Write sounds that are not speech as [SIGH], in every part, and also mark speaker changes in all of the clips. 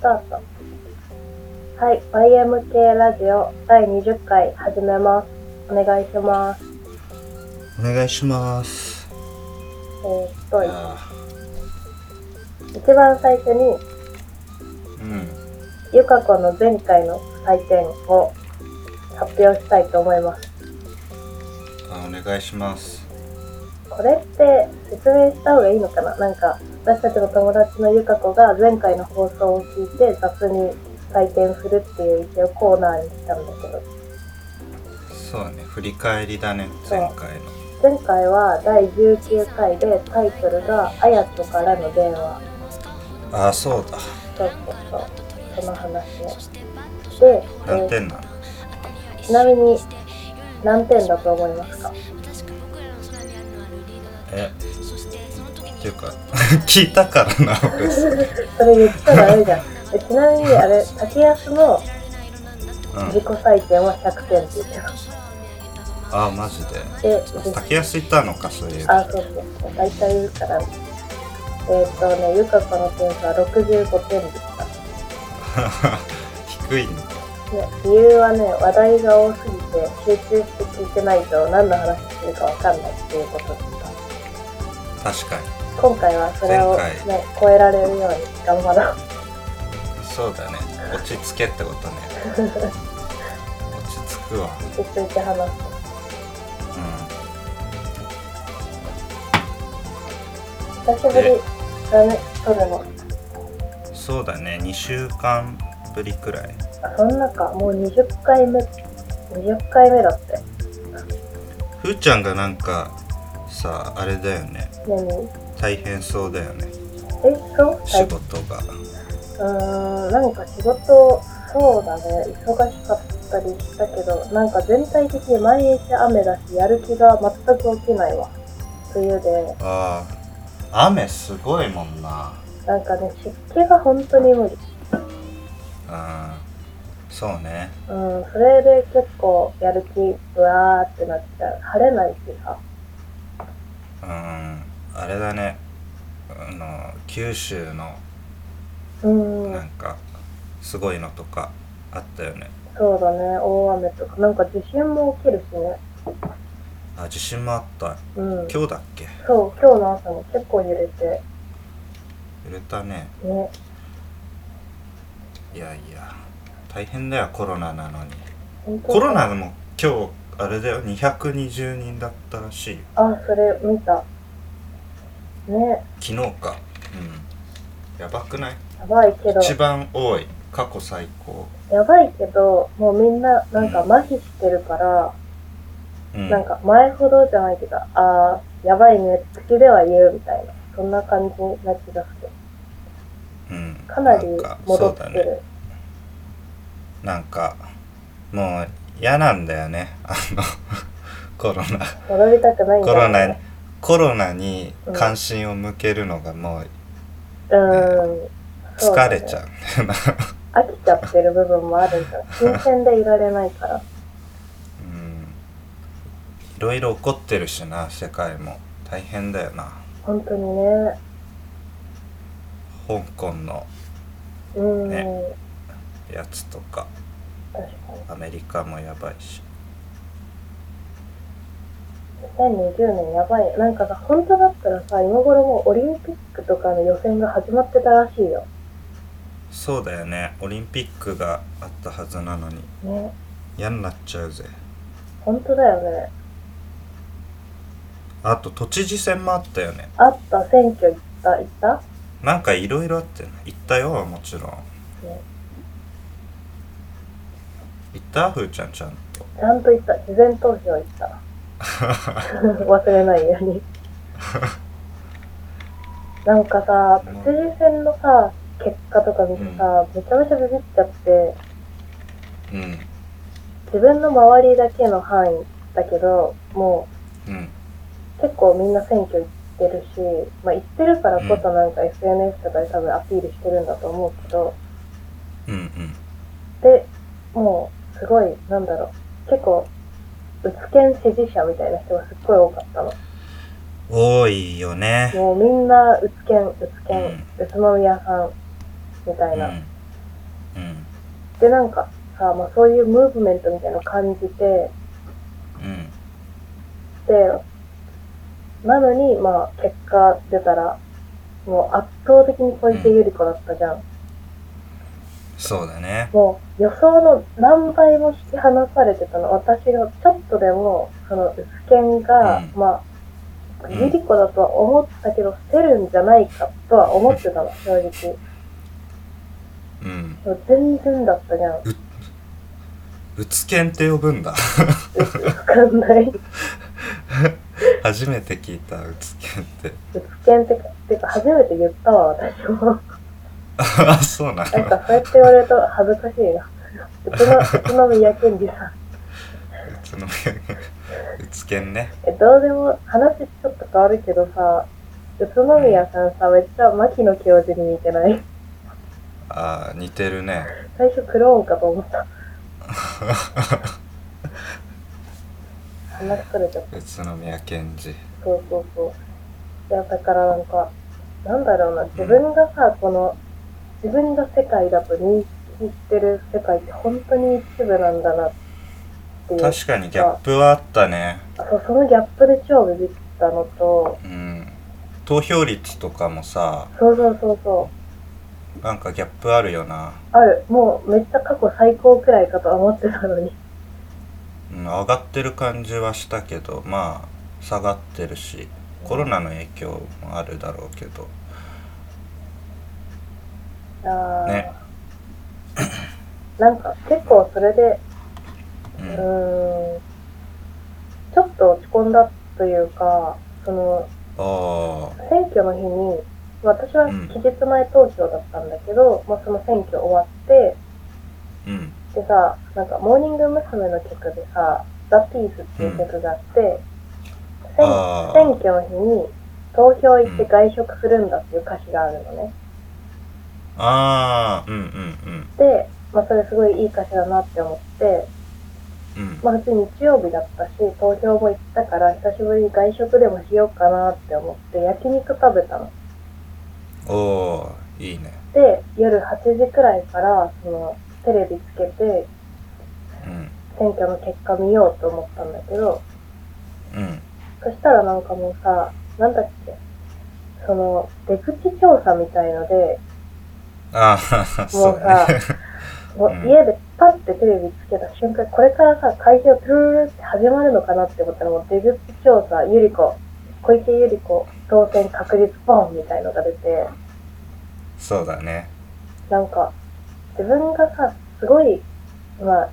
Speaker 1: タート。はい、YMK ラジオ第20回始めます。お願いします。
Speaker 2: お願いします
Speaker 1: えーっと、
Speaker 2: あ
Speaker 1: 一番最初に、
Speaker 2: うん
Speaker 1: ゆかこの前回の採点を発表したいと思います。
Speaker 2: あお願いします
Speaker 1: これって説明した方がいいのかななんか、私たちの友達のゆかこが前回の放送を聞いて雑に採点するっていう一応コーナーにしたんだけど、
Speaker 2: そうね振り返りだね
Speaker 1: そう
Speaker 2: 前回の
Speaker 1: 前回は第19回でタイトルが「あやとからの電話
Speaker 2: あそうだ」
Speaker 1: ちょっとそうその話ねで、え
Speaker 2: 何
Speaker 1: ー
Speaker 2: 点なの
Speaker 1: ちなみに何点だと思いますか
Speaker 2: えっていうか [LAUGHS] 聞いたからな俺それ
Speaker 1: それ言っちゃダメじゃんえちなみにあれ竹安の
Speaker 2: う
Speaker 1: 自
Speaker 2: ん
Speaker 1: 己採点は100点って言ってます
Speaker 2: あマジで
Speaker 1: で
Speaker 2: 竹安行ったのかそういう
Speaker 1: あそうそう大体言うからえっ、とねゆかこの点数は65点でした
Speaker 2: [LAUGHS] 低いんだ
Speaker 1: ね、理由はね話題が多すぎて集中して聞いてないと何の話してるかわかんないっていうことでした
Speaker 2: 確か
Speaker 1: 今回はそれを、
Speaker 2: 前回
Speaker 1: ね、超えられるように頑張ろう
Speaker 2: にそうだね落ち着けっ
Speaker 1: [LAUGHS]
Speaker 2: てことね落ち着くわ
Speaker 1: 落ち着いて話す
Speaker 2: う
Speaker 1: 久しぶり
Speaker 2: で
Speaker 1: だね撮るの
Speaker 2: んそうだね2週間ぶりくらい
Speaker 1: あそんなかもう20回目20回目だって
Speaker 2: ふーちゃんがなんかさあれだよね
Speaker 1: 何
Speaker 2: 大変そうだよね
Speaker 1: えそう
Speaker 2: 仕
Speaker 1: う
Speaker 2: 事が
Speaker 1: ーんなんか仕事そうだね忙しかったりしたけどなんか全体的に毎日雨だしやる気が全く起きないわ冬で
Speaker 2: ああ雨すごいもんな
Speaker 1: なんかね湿気が本当に無理
Speaker 2: うんそうね
Speaker 1: うん、それで結構やる気うわーってなっちゃう晴れないしさ
Speaker 2: うんあれだねあの九州の
Speaker 1: うん
Speaker 2: なんかすごいのとかあったよね
Speaker 1: そうだね大雨とかなんか地震も起きるしね
Speaker 2: あ地震もあった
Speaker 1: うん
Speaker 2: 今日だっけ
Speaker 1: そう今日の朝も結構揺れて
Speaker 2: 揺れたね
Speaker 1: ね
Speaker 2: いやいや大変だよコロナなのに
Speaker 1: 本当
Speaker 2: コロナでも今日あれだよ220人だったらしいよ
Speaker 1: あそれ見たね
Speaker 2: 昨日かうんやばくない
Speaker 1: やばいけど
Speaker 2: 一番多い過去最高
Speaker 1: やばいけどもうみんななんか
Speaker 2: うん
Speaker 1: 麻痺してるから、
Speaker 2: うん
Speaker 1: なんか前ほどじゃないけどあーやばいね口では言うみたいなそんな感じな気がする
Speaker 2: うん
Speaker 1: かなり
Speaker 2: んか
Speaker 1: 戻って
Speaker 2: そうだね
Speaker 1: る
Speaker 2: なんかもう嫌なんだよねあの [LAUGHS] コロナ
Speaker 1: 戻りたくないん
Speaker 2: コ
Speaker 1: だ
Speaker 2: ロ
Speaker 1: よね
Speaker 2: ナにコロナに関心を向けるのがもう
Speaker 1: うーん。
Speaker 2: 疲れち
Speaker 1: う
Speaker 2: ゃうんだよ
Speaker 1: だ
Speaker 2: な
Speaker 1: ね。飽きちゃってる部分もあるんだ。新鮮でいられないから。
Speaker 2: うんいろいろ起こってるしな世界も大変だよな
Speaker 1: 本当にね。
Speaker 2: 香港の
Speaker 1: うーん。
Speaker 2: ねやつとか
Speaker 1: 確かに。
Speaker 2: アメリカもやばいし
Speaker 1: 2020年やばい。なんかさ、本当だったらさ、今頃もうオリンピックとかの予選が始まってたらしいよ。
Speaker 2: そうだよねオリンピックがあったはずなのに
Speaker 1: ね。
Speaker 2: 嫌になっちゃうぜ
Speaker 1: 本当だよね。
Speaker 2: あと都知事選もあったよね
Speaker 1: あった、選挙行った、行った
Speaker 2: なんかいろいろあったよね行ったよもちろん
Speaker 1: ね。
Speaker 2: 行ったふーちゃんちゃんと
Speaker 1: ちゃんと行った。事前投票行った。忘れないように。なんかさ、都知事選のさ、結果とか見てさ、めちゃめちゃビビっちゃって、
Speaker 2: うん
Speaker 1: 自分の周りだけの範囲だけど、も
Speaker 2: うん
Speaker 1: う結構みんな選挙行ってるし、まあ行ってるからこそなんか SNS とかで多分アピールしてるんだと思うけど、
Speaker 2: うんうん
Speaker 1: で、もうすごい、なんだろう、結構、うつけん支持者みたいな人がすっごい多かったの。
Speaker 2: 多いよね
Speaker 1: もうみんな、うつけん、うつけん、
Speaker 2: うん
Speaker 1: 宇都宮さん、みた
Speaker 2: う
Speaker 1: いな。
Speaker 2: んうん
Speaker 1: でなんかさ、まあ、そういうムーブメントみたいなの感じて
Speaker 2: うん
Speaker 1: でなのにまあ結果出たらもう圧倒的に小池百合子だったじゃん、
Speaker 2: そうだね
Speaker 1: もう予想の何倍も引き離されてたの私がちょっとでもその薄犬が、
Speaker 2: うん
Speaker 1: まあ
Speaker 2: うん
Speaker 1: 百合子だとは思ったけど捨てるんじゃないかとは思ってたの正直
Speaker 2: うん
Speaker 1: もう全然だったじゃん
Speaker 2: うつけんって呼ぶんだ [LAUGHS]
Speaker 1: よくわかんない
Speaker 2: 初めて聞いたうつけんって
Speaker 1: 薄犬ってかってか初めて言ったわ私も
Speaker 2: あそうな
Speaker 1: なん
Speaker 2: の
Speaker 1: かそうやって言われると恥ずかしい
Speaker 2: [LAUGHS]
Speaker 1: な。うちの、うちの宮県議さん。
Speaker 2: うつのうつけんね
Speaker 1: え、どうでも、話ちょっと変わるけどさ、宇都宮さんさ、めっちゃ牧野教授に似てない。
Speaker 2: あー似てるね
Speaker 1: 最初クローンかと思った。話それちゃった。
Speaker 2: 宇都宮健治
Speaker 1: そうそうそう。いや、だからなんか、なんだろうな、自分がさ、この、自分が世界だと認識してる世界って本当に一部なんだなっていう。
Speaker 2: 確かにギャップはあったね
Speaker 1: そう、そのギャップで超ビビったのと、
Speaker 2: うん投票率とかもさ
Speaker 1: そうそうそうそう。
Speaker 2: なんかギャップあるよな、
Speaker 1: ある。もうめっちゃ過去最高くらいかとは思ってたのに。
Speaker 2: うん、上がってる感じはしたけどまあ下がってるしコロナの影響もあるだろうけど
Speaker 1: あー
Speaker 2: ね
Speaker 1: なんか結構それで、
Speaker 2: う
Speaker 1: うー
Speaker 2: ん
Speaker 1: ん、ちょっと落ち込んだというか、その、
Speaker 2: ああ
Speaker 1: 選挙の日に、私は
Speaker 2: うん
Speaker 1: 期日前投票だったんだけど、まあその選挙終わって、
Speaker 2: うん
Speaker 1: でさ、なんかモーニング娘。の曲でさ、ザ・ピースっていう曲があって、選
Speaker 2: あー
Speaker 1: 選挙の日に投票行って外食するんだっていう歌詞があるのね。
Speaker 2: ああうんうん
Speaker 1: で、まあ、それすごいいい歌詞だなって思って、
Speaker 2: うんうん
Speaker 1: まあ、普通に日曜日だったし、投票も行ったから、久しぶりに外食でもしようかなって思って、焼肉食べたの。
Speaker 2: おおーいいね
Speaker 1: で、夜8時くらいから、その、テレビつけて、
Speaker 2: うん
Speaker 1: 選挙の結果見ようと思ったんだけど、
Speaker 2: うん
Speaker 1: そしたらなんかもうさ、なんだっけ、その、出口調査みたいので、
Speaker 2: ああ
Speaker 1: も
Speaker 2: [LAUGHS] そううだ
Speaker 1: さ
Speaker 2: ね
Speaker 1: もう
Speaker 2: うん
Speaker 1: 家でパッてテレビつけた瞬間、これからさ、会場トゥルルルって始まるのかなって思ったら、もう出口調査、ゆり子、小池ゆり子、当選確率ボンみたいのが出て、
Speaker 2: そうだね
Speaker 1: なんか、自分がさ、すごい、まあ、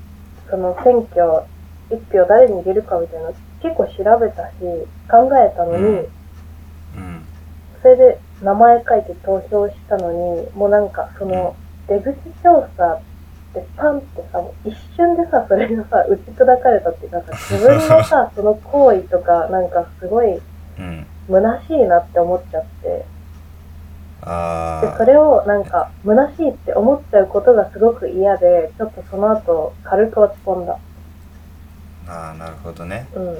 Speaker 1: その選挙、一票誰に入れるかみたいなの結構調べたし、考えたのに、
Speaker 2: うんうん
Speaker 1: それで名前書いて投票したのに、もうなんかその出口調査ってパンってさ、もう一瞬でさ、それがさ、打ち砕かれたっていうかさ、自分の [LAUGHS] さ、その行為とか、なんかすごい
Speaker 2: うん
Speaker 1: 虚しいなって思っちゃって、
Speaker 2: あ
Speaker 1: で、そ
Speaker 2: あ
Speaker 1: れをなんか虚しいって思っちゃうことがすごく嫌で、ちょっとその後軽く落ち込んだ。
Speaker 2: ああなるほどね
Speaker 1: うん。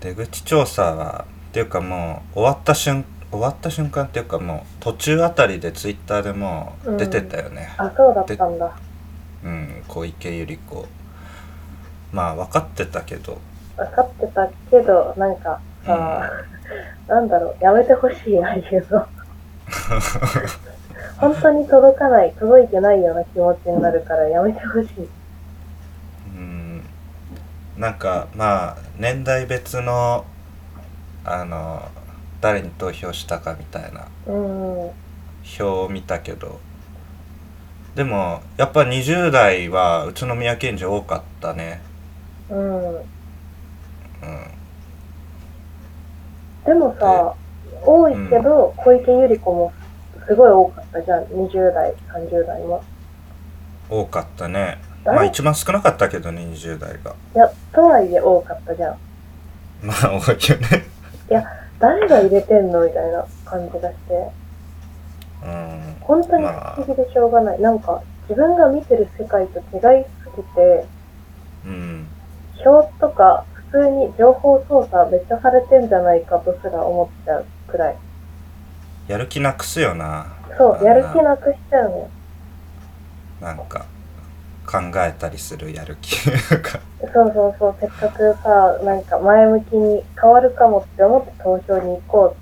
Speaker 2: 出口調査はっていうかもう終わった瞬終わった瞬間っていうかもう途中あたりでツイッターでもう出てたよね
Speaker 1: あ、そうだったんだ。
Speaker 2: うん、小池百合子まあ分かってたけど
Speaker 1: 分かってたけど、なんかさ、なんだろう、やめてほしい、ああいう [LAUGHS] の。本当に届かない、届いてないような気持ちになるからやめてほしい。
Speaker 2: うんなんかまあ年代別のあの誰に投票したかみたいな
Speaker 1: うん、
Speaker 2: 表を見たけどでもやっぱ20代は宇都宮賢治多かったね
Speaker 1: うん。
Speaker 2: うん
Speaker 1: でもさ、多いけど、小池百合子もすごい多かったじゃん、20代、30代も。
Speaker 2: 多かったね
Speaker 1: 誰
Speaker 2: まあ一番少なかったけどね20代が [LAUGHS]
Speaker 1: いや、とはいえ多かったじゃん。
Speaker 2: まあ多いよね
Speaker 1: 誰が入れてんのみたいな感じがして。
Speaker 2: うん
Speaker 1: 本当に不思議でしょうがない。なんか、自分が見てる世界と違いすぎて、
Speaker 2: うん
Speaker 1: 表とか普通に情報操作めっちゃされてんじゃないかとすら思っちゃうくらい。
Speaker 2: やる気なくすよな
Speaker 1: そう、やる気
Speaker 2: な
Speaker 1: なくしちゃうのよ。
Speaker 2: なんか考えたりするやる気が
Speaker 1: そうそうそう、せっかくさ、なんか前向きに変わるかもって思って投票に行こ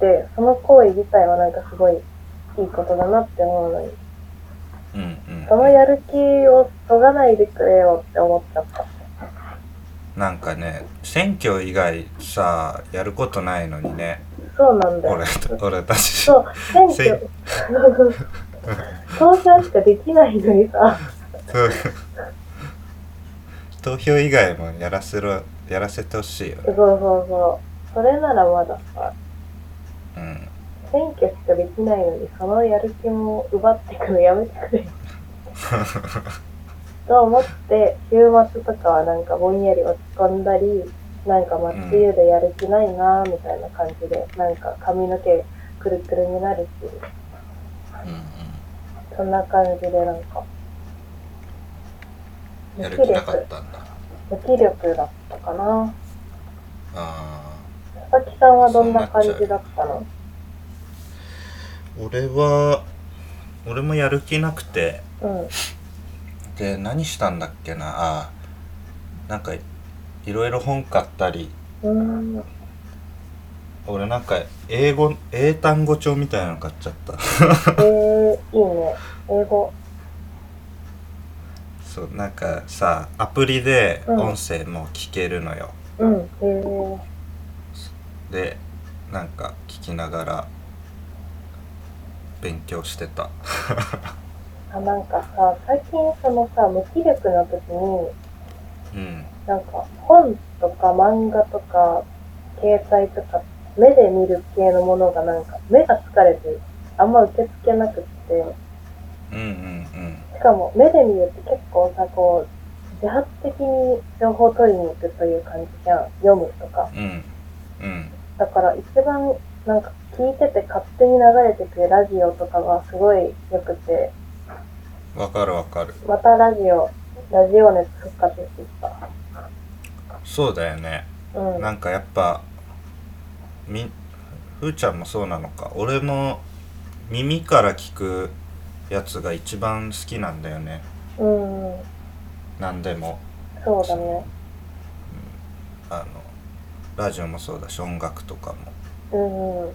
Speaker 1: うって、その行為自体はなんかすごいいいことだなって思うのに、
Speaker 2: うんうん
Speaker 1: そのやる気をそがないでくれよって思っちゃった。
Speaker 2: なんかね選挙以外さやることないのにね
Speaker 1: そうなんだよ
Speaker 2: 俺。た俺たち
Speaker 1: そう、選
Speaker 2: せん
Speaker 1: 挙、投票しかできないのにさ、
Speaker 2: そう投票以外もやらせろやらせてほしいよ
Speaker 1: そうそうそう、それならまださ、
Speaker 2: うん
Speaker 1: 選挙しかできないのに、そのやる気も奪ってくのやめてく
Speaker 2: [LAUGHS]
Speaker 1: れ。と思って、週末とかはなんかぼんやり落ち込んだり、なんか真っ冬でやる気ないなーみたいな感じで、なんか髪の毛くるくるになるし、
Speaker 2: うん
Speaker 1: そんな感じでなんか、
Speaker 2: うんや
Speaker 1: 無
Speaker 2: る
Speaker 1: 気
Speaker 2: 気なかっ
Speaker 1: 力、
Speaker 2: たんだ
Speaker 1: 無気力だったかな。
Speaker 2: あー
Speaker 1: 佐々木さんはどんな感じだったの
Speaker 2: 俺は俺もやる気なくて
Speaker 1: うん。
Speaker 2: で何したんだっけなあーなんかいろいろ本買ったり
Speaker 1: うーん。
Speaker 2: 俺なんか英語英単語帳みたいなの買っちゃった [LAUGHS]
Speaker 1: えー、いいね。英語。
Speaker 2: そうなんかさアプリで
Speaker 1: うん
Speaker 2: 音声も聞けるのよ、
Speaker 1: うん。えー、
Speaker 2: でなんか聞きながら勉強してた
Speaker 1: あ、なんかさ、最近そのさ、無気力な時に、
Speaker 2: うん
Speaker 1: なんか本とか漫画とか携帯とか目で見る系のものがなんか目が疲れてあんま受け付けなくって
Speaker 2: うんうん
Speaker 1: しかも目で見るって結構さこう自発的に情報を取りに行くという感じじゃん読むとか
Speaker 2: うんうんうん
Speaker 1: だから一番なんか聞いてて勝手に流れてくるラジオとかがすごい良くて
Speaker 2: わかるわかる
Speaker 1: またラジオラジオ熱復活してきた
Speaker 2: そうだよね
Speaker 1: うん
Speaker 2: なんかやっぱみふーちゃんもそうなのか俺も耳から聞くやつが一番好きなんだよね
Speaker 1: うん
Speaker 2: 何でも
Speaker 1: そうだね
Speaker 2: あのラジオもそうだし音楽とか
Speaker 1: う
Speaker 2: も
Speaker 1: んうん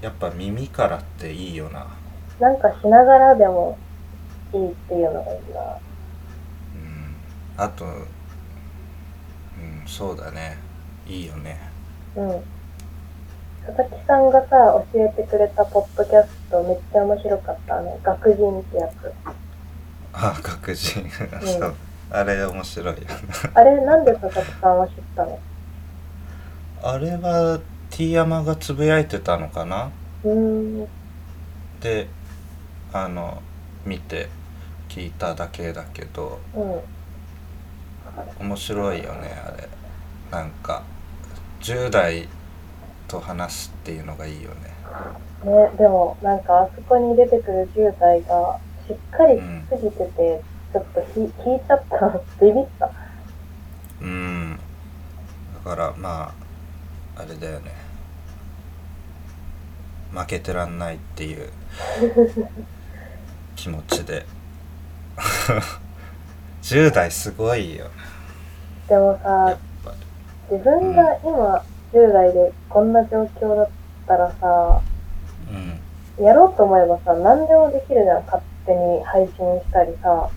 Speaker 2: やっぱ耳からっていいよな
Speaker 1: なんかしながらでもいいっていうのがいいな。
Speaker 2: うんあとうんそうだねいいよね
Speaker 1: うん。佐々木さんがさ、教えてくれたポッドキャストめっちゃ面白かったね。学人ってやつ。
Speaker 2: あ学人
Speaker 1: ん
Speaker 2: そうあれ面白いよね
Speaker 1: あれ、なんで佐々木さんは知ったの
Speaker 2: あれは T 山がつぶやいてたのかな
Speaker 1: うーん。
Speaker 2: であの見て聞いただけだけど
Speaker 1: うん。
Speaker 2: 面白いよねあれなんか10代と話すっていうのがいいよね
Speaker 1: ね、でもなんかあそこに出てくる10代がしっかりしすぎてて、ちょっとひ引いちゃった。ビビった。
Speaker 2: うんだからまああれだよね負けてらんないっていう気持ちで [LAUGHS] 10代すごいよ
Speaker 1: でもさ
Speaker 2: や、っぱり
Speaker 1: 自分が今10代でこんな状況だったらさ、
Speaker 2: うん
Speaker 1: やろうと思えばさ、何でもできるじゃん、勝手に配信したりさ。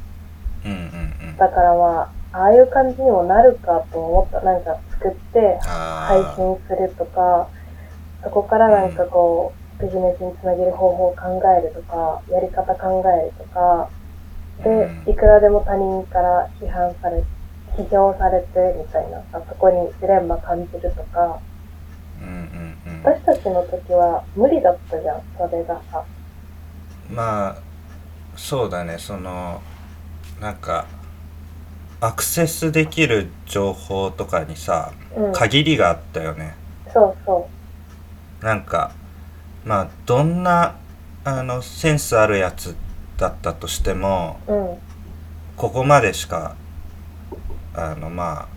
Speaker 2: うんうんうん
Speaker 1: だからまあ、ああいう感じにもなるかと思った。なんか作って配
Speaker 2: ああ
Speaker 1: 信するとか、そこからなんかこう、ビジネスにつなげる方法を考えるとか、やり方考えるとか、
Speaker 2: うん
Speaker 1: で、いくらでも他人から批判され、批評されてみたいなさ、そこにジレンマ感じるとか、
Speaker 2: うんうんうん
Speaker 1: 私たちの時は無理だったじゃん、それがさ。
Speaker 2: まあそうだねそのなんかアクセスできる情報とかにさ
Speaker 1: うん。
Speaker 2: 限りがあったよね
Speaker 1: そうそ
Speaker 2: なんかまあどんなあのセンスあるやつだったとしても
Speaker 1: う。うん。
Speaker 2: ここまでしかあのまあ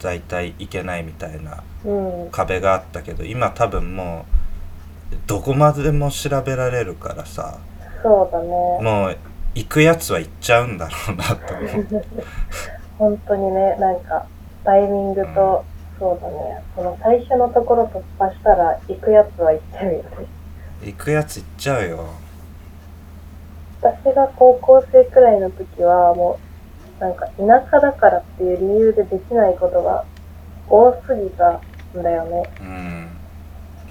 Speaker 2: 大体いけないみたいな
Speaker 1: うん。
Speaker 2: 壁があったけど今多分もうどこまでも調べられるからさ
Speaker 1: そうだね。
Speaker 2: もう行くやつは行っちゃうんだろうなと思う
Speaker 1: 本当にね、なんか、タイミングと、そうだね。この最初のところ突破したら、行くやつは行ってるよね。
Speaker 2: 行くやつ行っちゃうよ
Speaker 1: 私が高校生くらいの時はもうなんか田舎だからっていう理由でできないことが多すぎたんだよね
Speaker 2: うん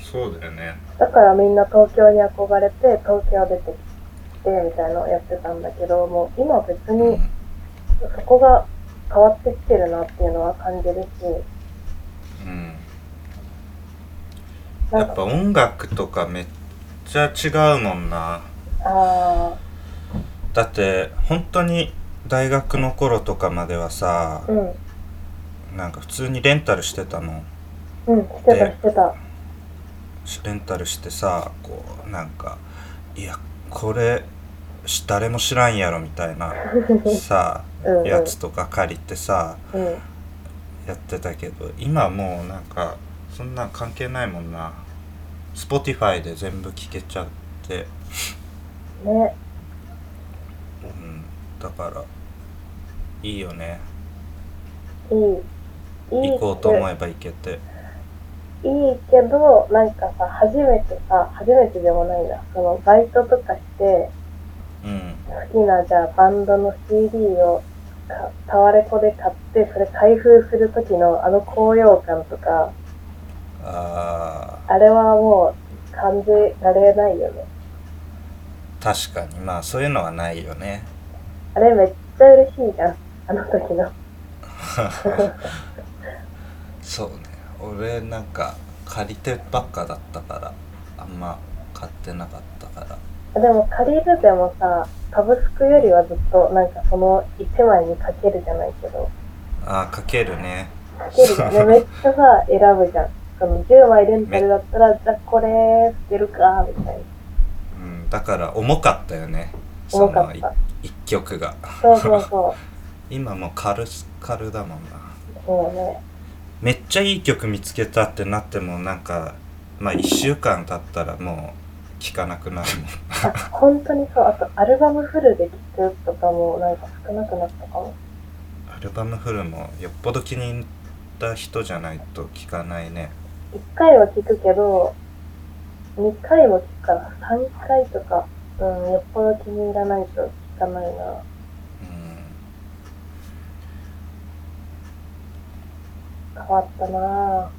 Speaker 2: そうだよね
Speaker 1: だからみんな東京に憧れて東京出てきてみたいなのをやってたんだけどもう今別
Speaker 2: う
Speaker 1: に
Speaker 2: ん
Speaker 1: そこが変わってきてるなっていうのは感じるし
Speaker 2: うん
Speaker 1: な
Speaker 2: や
Speaker 1: ん
Speaker 2: っ
Speaker 1: か
Speaker 2: ぱ音楽とかめっちゃ違うもんな
Speaker 1: あ
Speaker 2: だって本当に大学の頃とかまではさ
Speaker 1: あ、うん
Speaker 2: なんか普通にレンタルしてたの
Speaker 1: うんしてたしてた
Speaker 2: レンタルしてさこうなんかいやこれし誰も知らんやろみたいなさ
Speaker 1: うんうん
Speaker 2: やつとか借りてさ
Speaker 1: うん
Speaker 2: やってたけど今もうなんかそんなん関係ないもんな Spotify で全部聴けちゃって
Speaker 1: ね
Speaker 2: うんだからいいよね
Speaker 1: いいいい
Speaker 2: 行こうと
Speaker 1: け
Speaker 2: 思えば行けて
Speaker 1: いいけど、なんかさ、初めてさ、初めてでもないな。その、バイトとかして、
Speaker 2: うん
Speaker 1: 好きな、じゃあ、バンドの CD をか、タワレコで買って、それ開封する時のあの高揚感とか、
Speaker 2: あ
Speaker 1: あれはもう、感じられないよね。
Speaker 2: ー確かにまあそういうのはない
Speaker 1: [LAUGHS]
Speaker 2: よね
Speaker 1: あれめっちゃ嬉しいじゃん。あの時の。
Speaker 2: そうね俺なんか借りてばっかだったからあんま買ってなかったから
Speaker 1: でも、借りるでもさ、サブスクよりはずっと、なんかその1枚にかけるじゃないけど、
Speaker 2: あーかけるね
Speaker 1: かけるじゃん
Speaker 2: [LAUGHS]
Speaker 1: ね。めっちゃさ、選ぶじゃん。その10枚レンタルだったら、じゃあこれ、捨てるか、みたいな。
Speaker 2: うん、だから重かったよね
Speaker 1: 重かった
Speaker 2: その一曲が
Speaker 1: そうそうそ
Speaker 2: 今もう軽す軽だもんな
Speaker 1: う。そう
Speaker 2: [LAUGHS]
Speaker 1: ね。
Speaker 2: めっちゃいい曲見つけたってなってもなんかまあ1週間経ったらもう聴かなくなるもん
Speaker 1: あ、本当にそう。あと、アルバムフルで聴くとかも、なんか少なくなったかも。
Speaker 2: [LAUGHS] アルバムフルもよっぽど気に入った人じゃないと聴かないね
Speaker 1: 1回は聴くけど、2回も聴くから、3回とか、うん、よっぽど気に入らないと聴かないな。
Speaker 2: うん
Speaker 1: 変わったな
Speaker 2: ま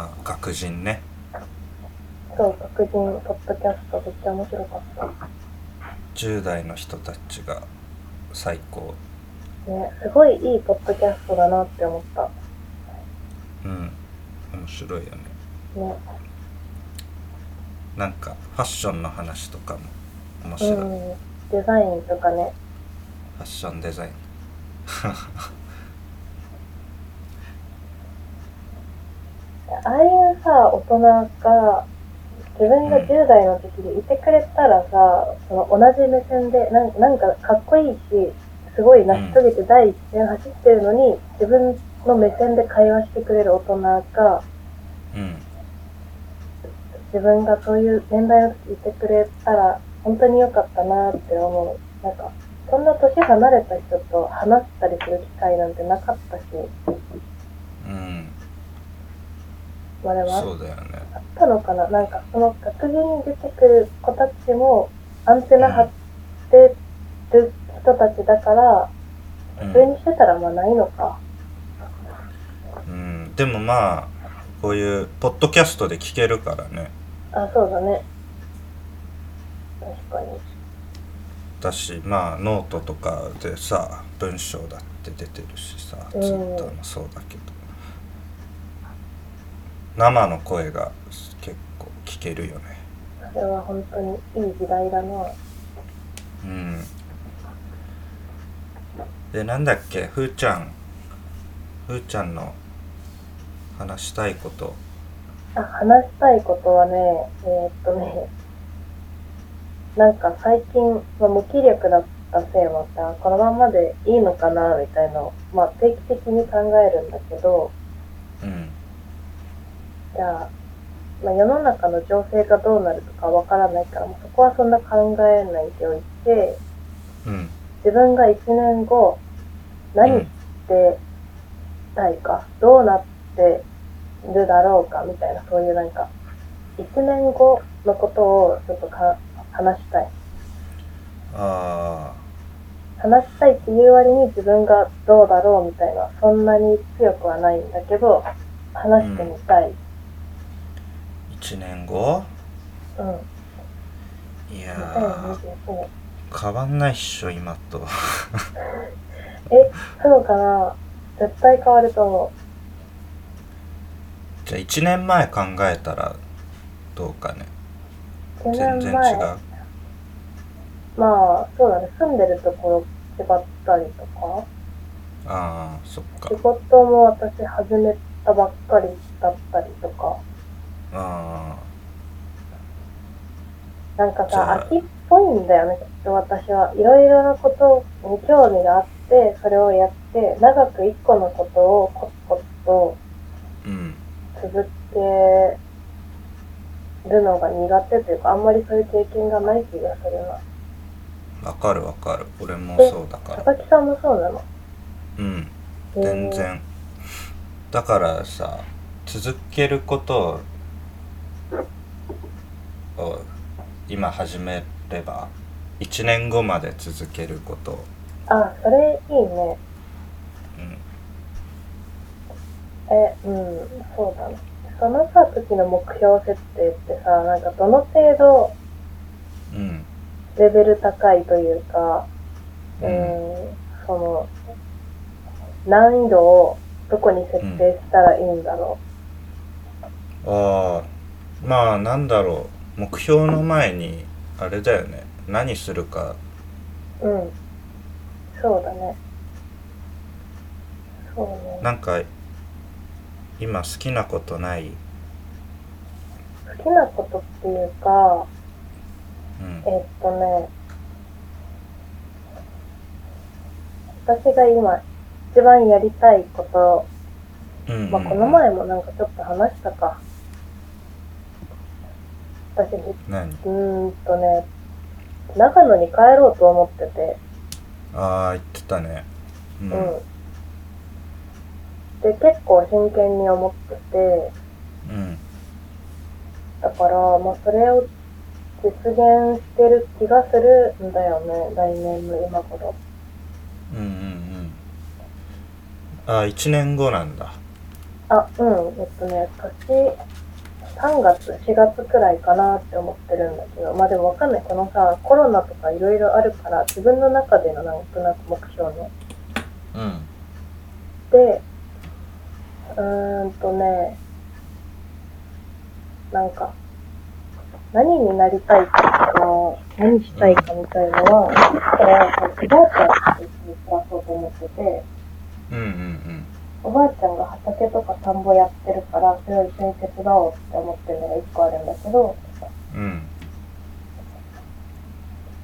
Speaker 2: あ学人ね
Speaker 1: ぁ。そう、黒人、ポッドキャストめっちゃ面白かった。
Speaker 2: 10代の人たちが最高
Speaker 1: ね、すごいいいポッドキャストだなって思った。
Speaker 2: うん面白いよね
Speaker 1: ね。
Speaker 2: なんかファッションの話とかも面
Speaker 1: う
Speaker 2: 白い、フ
Speaker 1: ん。デザインとかね。
Speaker 2: ァッションデザイン
Speaker 1: ああいうさ、大人が、自分が10代の時にいてくれたらさ、その同じ目線でなん、なんかかっこいいし、すごい成し遂げて第一線走ってるのに、自分の目線で会話してくれる大人が、
Speaker 2: うん
Speaker 1: 自分がそういう年代の時いてくれたら、本当に良かったなって思う。なんか、そんな年離れた人と話したりする機会なんてなかったし、
Speaker 2: うん
Speaker 1: まあでもあっ
Speaker 2: そうだよね
Speaker 1: あったのかななんかその学芸に出てくる子たちもアンテナ張ってる人たちだから、
Speaker 2: うん
Speaker 1: 普通にしてたらまあないのか。
Speaker 2: うん、でもまあこういうポッドキャストで聞けるからね
Speaker 1: あ、そうだね。確かに。
Speaker 2: だしまあノートとかでさ文章だって出てるしさツ
Speaker 1: う
Speaker 2: イ
Speaker 1: ん
Speaker 2: ッターもそうだけど生の声が結構聞けるよね
Speaker 1: それは本当にいい時代だな。
Speaker 2: うんでなんだっけふーちゃんふーちゃんの話したいこと
Speaker 1: あ、話したいことはね、えーっとね、なんか最近、まあ、無気力だったせいもさ、このままでいいのかなみたいなのを、まあ定期的に考えるんだけど、
Speaker 2: うん
Speaker 1: じゃあ、まあ、世の中の情勢がどうなるとかわからないから、もうそこはそんな考えないでおいて、
Speaker 2: うん
Speaker 1: 自分が1年後、何してたいか、どうなってるだろうか、みたいな、そういうなんか、1年後のことをちょっとか話したい。
Speaker 2: あ
Speaker 1: 話したいっていう割に自分がどうだろうみたいな、そんなに強くはないんだけど、話してみたい。
Speaker 2: ー1年後
Speaker 1: うん。
Speaker 2: いやー
Speaker 1: 2021年。
Speaker 2: 変わんないっしょ今と [LAUGHS]
Speaker 1: え、そうかな絶対変わると思
Speaker 2: じゃあ1年前考えたらどうかね
Speaker 1: う。1
Speaker 2: 全
Speaker 1: 年
Speaker 2: 然違
Speaker 1: 前。
Speaker 2: う
Speaker 1: まあ、そうだね。住んでるところ違ったりとか、
Speaker 2: ああそっか
Speaker 1: 仕事も私始めたばっかりだったりとか、
Speaker 2: あ
Speaker 1: なんか
Speaker 2: じゃあ
Speaker 1: さ、秋っぽいんだよね、きっと私は。いろいろなことに興味があって、それをやって、長く一個のことをコツコツと
Speaker 2: あうん
Speaker 1: 続けるのが苦手というか、あんまりそういう経験がない気がするな。
Speaker 2: わかるわかる俺もそうだから
Speaker 1: 佐々木さんもそうなの
Speaker 2: うん全。
Speaker 1: へ
Speaker 2: 然だからさ続けることをを今始めれば1年後まで続けること、
Speaker 1: ーあ、それいいね。
Speaker 2: うん、
Speaker 1: え、うん、そうだね。そのさ、時の目標設定ってさ、なんかどの程度
Speaker 2: うん
Speaker 1: レベル高いというか、う
Speaker 2: うん
Speaker 1: ん、その、難易度をどこに設定したらいいんだろ
Speaker 2: ああまあなんだろう目標の前にあれだよね何するか
Speaker 1: う。うん。そうだね。そうね。
Speaker 2: なんか今好きなことない、
Speaker 1: 好きなことっていうか、
Speaker 2: うん
Speaker 1: え、っとね、私が今、一番やりたいこと、
Speaker 2: うんうん
Speaker 1: まあ、この前もなんかちょっと話したか。私、う
Speaker 2: 何
Speaker 1: ーんとね、長野に帰ろうと思ってて、
Speaker 2: ああ言ってたねう
Speaker 1: うんん。で、結構真剣に思ってて、
Speaker 2: うん
Speaker 1: だから、まあ、それを実現してる気がするんだよね、来年の今頃。
Speaker 2: うんうんうんああ1年後なんだ
Speaker 1: あ、うん、えっとね、年、3月、4月くらいかなって思ってるんだけど、まあでもわかんない。このさ、コロナとかいろいろあるから、自分の中でのなんとなく目標ね。
Speaker 2: うん
Speaker 1: で、うーんとね、なんか、何になりたいかとか、何したいかみたいのは、だから、おばあちゃんと一緒に暮らそうと思ってて、
Speaker 2: うんうん
Speaker 1: おばあちゃんが畑とか田んぼやってるから、それを一緒に手伝おうって思ってるのが一個あるんだけど、
Speaker 2: うんうん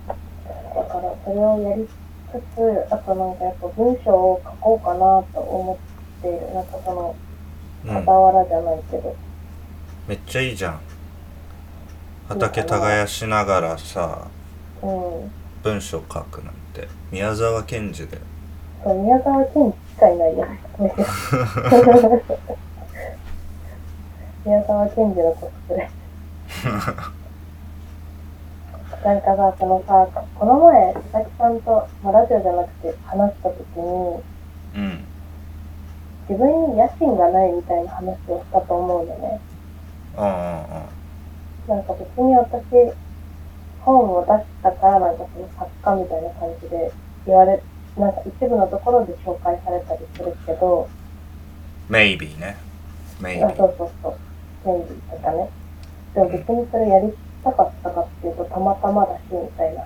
Speaker 1: だからそれをやりつつ、あとなんかやっぱ文章を書こうかなと思っている。なんかその、
Speaker 2: うん
Speaker 1: 傍らじゃないけど。
Speaker 2: めっちゃいいじゃん畑耕しながらさ
Speaker 1: うん。
Speaker 2: 文章書くなんて宮沢賢治で
Speaker 1: そう、宮沢賢治しかいないよね。宮沢賢治のコスプレ。なんかさ、そのさ、この前、佐々木さんと、まあ、ラジオじゃなくて話した時に、
Speaker 2: うん
Speaker 1: 自分に野心がないみたいな話をしたと思うのね。
Speaker 2: ああ
Speaker 1: なんか別に私、本を出したからなんかその作家みたいな感じで言われ、なんか一部のところで紹介されたりするけど、
Speaker 2: maybe ね maybe
Speaker 1: あそうそうそう、便利とかね。でも別にそれやりたかったかっていうとたまたまだしみたいな。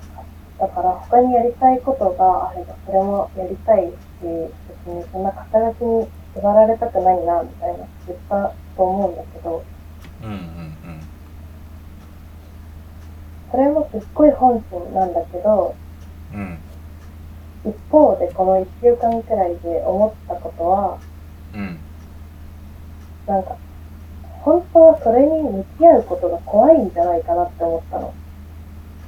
Speaker 1: だから他にやりたいことがあればそれもやりたいし、別にそんな肩書きに縛られたくないなみたいな言ったと思うんだけど、
Speaker 2: うんうん
Speaker 1: それもすっごい本心なんだけど、
Speaker 2: うんうん
Speaker 1: 一方でこの1週間くらいで思ったことは、
Speaker 2: うん
Speaker 1: なんか、本当はそれに向き合うことが怖いんじゃないかなって思ったの。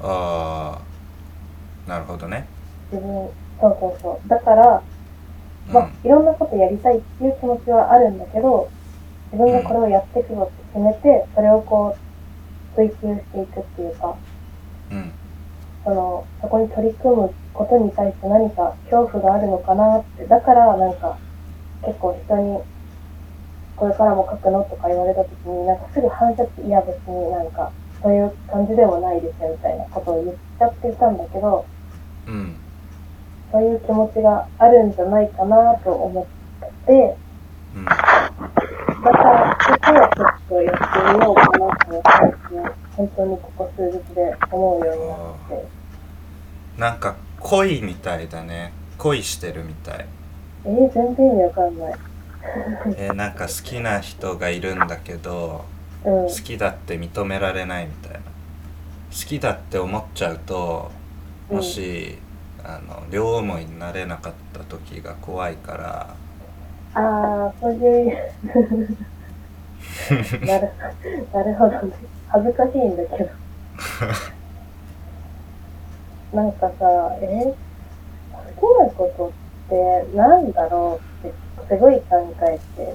Speaker 2: ああなるほどね
Speaker 1: 自分、そうそうそう。だから、
Speaker 2: う
Speaker 1: まあ
Speaker 2: ん、
Speaker 1: いろんなことやりたいっていう気持ちはあるんだけど、自分がこれをやっていくぞって決めて、それをこう、追求していくっていうか、
Speaker 2: うん
Speaker 1: その、そこに取り組むことに対して何か恐怖があるのかなって、だからなんか、結構人に、これからも書くのとか言われた時に、なんかすぐ反射って、いや別になんか、そういう感じでもないですよみたいなことを言っちゃっていたんだけど、
Speaker 2: うん
Speaker 1: そういう気持ちがあるんじゃないかなと思って、
Speaker 2: うん
Speaker 1: だから、そこはちょっとやってみようかなって、最近、本当にここ数日で思うようになって。
Speaker 2: なんか恋みたいだね恋してるみたい
Speaker 1: えー、全然意味わかんない。
Speaker 2: えーなんか好きな人がいるんだけど
Speaker 1: うん
Speaker 2: 好。きだって認められないみたいな好きだって思っちゃうともし、あの両思いになれなかった時が怖いから
Speaker 1: あー、そういう、 [LAUGHS] なる、なるほどね。恥ずかしいんだけど。なんかさ、え好きなことってなんだろうって、すごい考えて、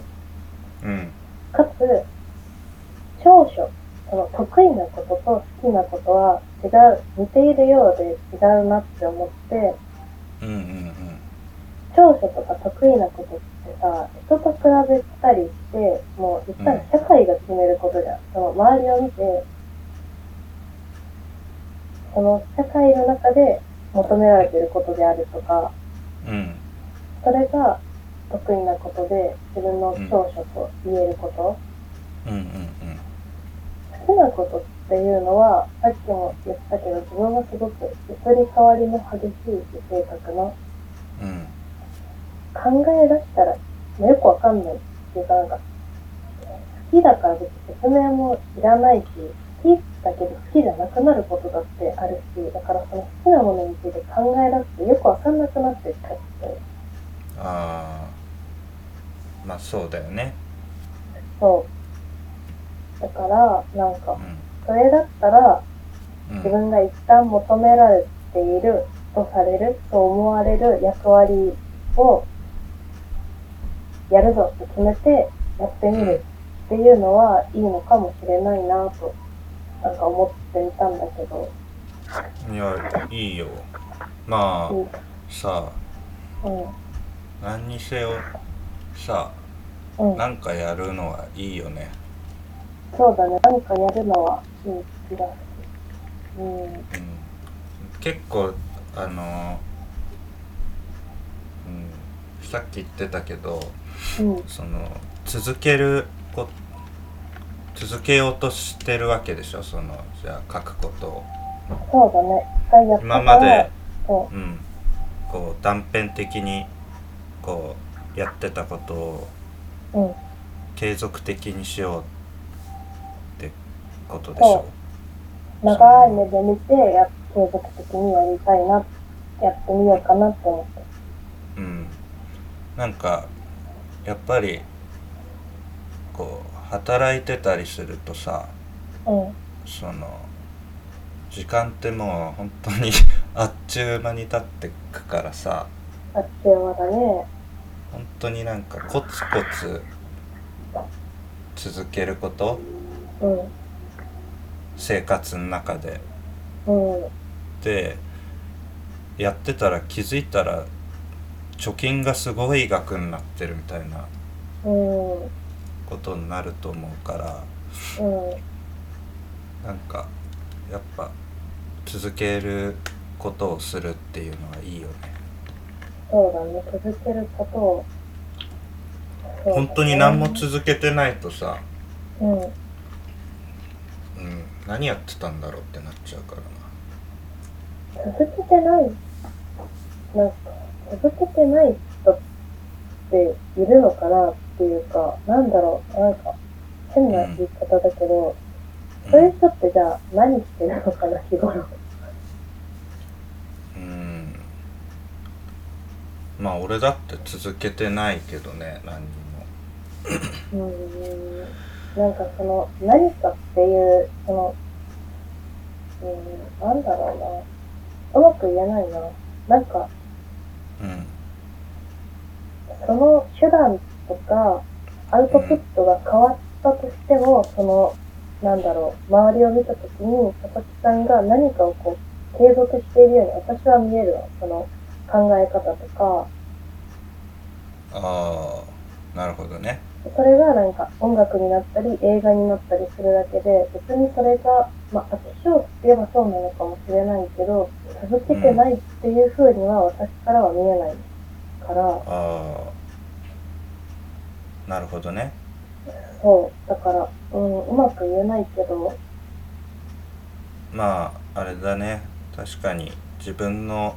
Speaker 2: うん
Speaker 1: かつ、長所、その得意なことと好きなことは違う、似ているようで違うなって思って、
Speaker 2: うんうん
Speaker 1: 長所とか得意なことってさ、人と比べたりして、もう一旦社会が決めることじゃん。その周りを見て、その社会の中で求められてることであるとか、
Speaker 2: うんうん
Speaker 1: それが得意なことで自分の長所と言えること、
Speaker 2: うんうん
Speaker 1: 好きなことっていうのは、さっきも言ったけど、自分はすごく移り変わりの激しい性格の、
Speaker 2: うんうん
Speaker 1: 考え出したら、まあよくわかんないっていうか、なんか、好きだから別に説明もいらないし、好きだけど好きじゃなくなることだってあるし、だからその好きなものについて考え出すとよくわかんなくなってきちゃって、
Speaker 2: ああまあそうだよね
Speaker 1: そう。だから、なんか、
Speaker 2: う
Speaker 1: それだったら、
Speaker 2: んう
Speaker 1: 自
Speaker 2: ん
Speaker 1: 分が一旦求められているとされると思われる役割をやるぞって決めてやってみるっていうのはいいのかもしれないなとなんか思ってみたんだけど、
Speaker 2: いやいいよま
Speaker 1: うん、
Speaker 2: あさ何にせよさ
Speaker 1: うん、うん
Speaker 2: なんかやるのはいいよね
Speaker 1: そうだね何かやるのはいい気がする。うん
Speaker 2: うん結構あの、うん、さっき言ってたけど
Speaker 1: うん
Speaker 2: その続けるこ続けようとしてるわけでしょそのじゃあ書くことを
Speaker 1: そうだね一回やったか
Speaker 2: 今
Speaker 1: ら
Speaker 2: まで、
Speaker 1: そ
Speaker 2: うん、こう断片的にこうやってたことを
Speaker 1: ううん
Speaker 2: 継続的にしようってことでしょ
Speaker 1: 長い目で見てや継続的にやりたいなやってみようかなって思って。
Speaker 2: うん、なんかやっぱりこう働いてたりするとさ
Speaker 1: うん
Speaker 2: その時間ってもう本当に [LAUGHS] あっちゅう間に経ってくからさ
Speaker 1: あっちはだね。
Speaker 2: 本当になんかコツコツ続けること
Speaker 1: う
Speaker 2: 生活の中で
Speaker 1: ん。うん。
Speaker 2: でやってたら気づいたら貯金がすごい額になってるみたいな
Speaker 1: うん。うん。
Speaker 2: ことになると思うから。なんかやっぱ続けることをするっていうのはいいよね
Speaker 1: そうだね。続けることを。そうだね
Speaker 2: 本当に何も続けてないとさ、
Speaker 1: うん。
Speaker 2: うん、何やってたんだろうってなっちゃうからな
Speaker 1: 続けてない。なんか、続けてない人っているのかなっていうか、なんだろう。なんか、変な言い方だけど、そういう人ってじゃあ何してるのかな、日頃。
Speaker 2: うん、うんまあ俺だって続けてないけどね何にも
Speaker 1: うん。なんかその、何かっていう、その、うん、なんだろうな。うまく言えないな。なんか、
Speaker 2: うん
Speaker 1: その手段とか、アウトプットが変わったとしても、その、なんだろう、周りを見たときに、佐々木さんが何かをこう、継続しているように私は見えるわ。その、考え方とか、
Speaker 2: ああなるほどね
Speaker 1: それがなんか音楽になったり映画になったりするだけで、別にそれが、まあ、飽き性って言えばそうなのかもしれないけど、続けてないっていう風には私からは見えないから、
Speaker 2: ああなるほどね
Speaker 1: そう、だから、うん、うまく言えないけど、
Speaker 2: まああれだね確かに自分の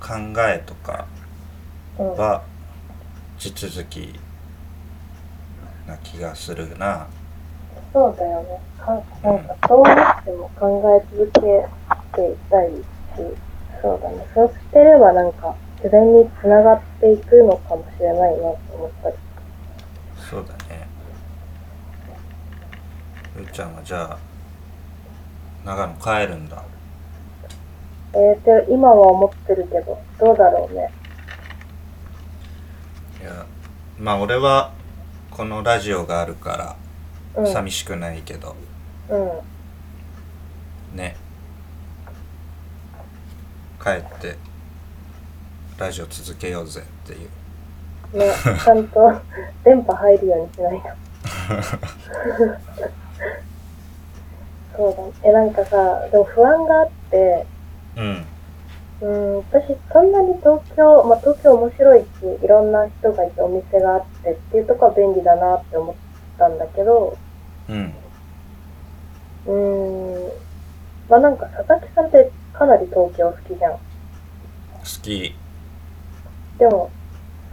Speaker 2: 考えとか
Speaker 1: うん、
Speaker 2: は地続きな気がするな
Speaker 1: そうだよね。かなんか、どうなっても考え続けていたいし、そうだね。そうしてればなんか、自然に繋がっていくのかもしれないなと思ったり。
Speaker 2: そうだねゆうちゃんはじゃあ長野帰るんだ
Speaker 1: えー、って今は思ってるけど、どうだろうね。
Speaker 2: いやまあ俺はこのラジオがあるか
Speaker 1: う
Speaker 2: ら
Speaker 1: ん。
Speaker 2: 寂しくないけど、
Speaker 1: うん。
Speaker 2: ね帰ってラジオ続けようぜっていう
Speaker 1: ね、ちゃんと [LAUGHS] 電波入るようにしないと。そうだね。え、なんかさ、でも不安があって、
Speaker 2: うん
Speaker 1: うん、私そんなに東京、まあ、東京面白いし、いろんな人がいてお店があってっていうとこは便利だなって思ったんだけど、
Speaker 2: うん
Speaker 1: うん、まあなんか佐々木さんってかなり東京好きじゃん。
Speaker 2: 好き
Speaker 1: でも、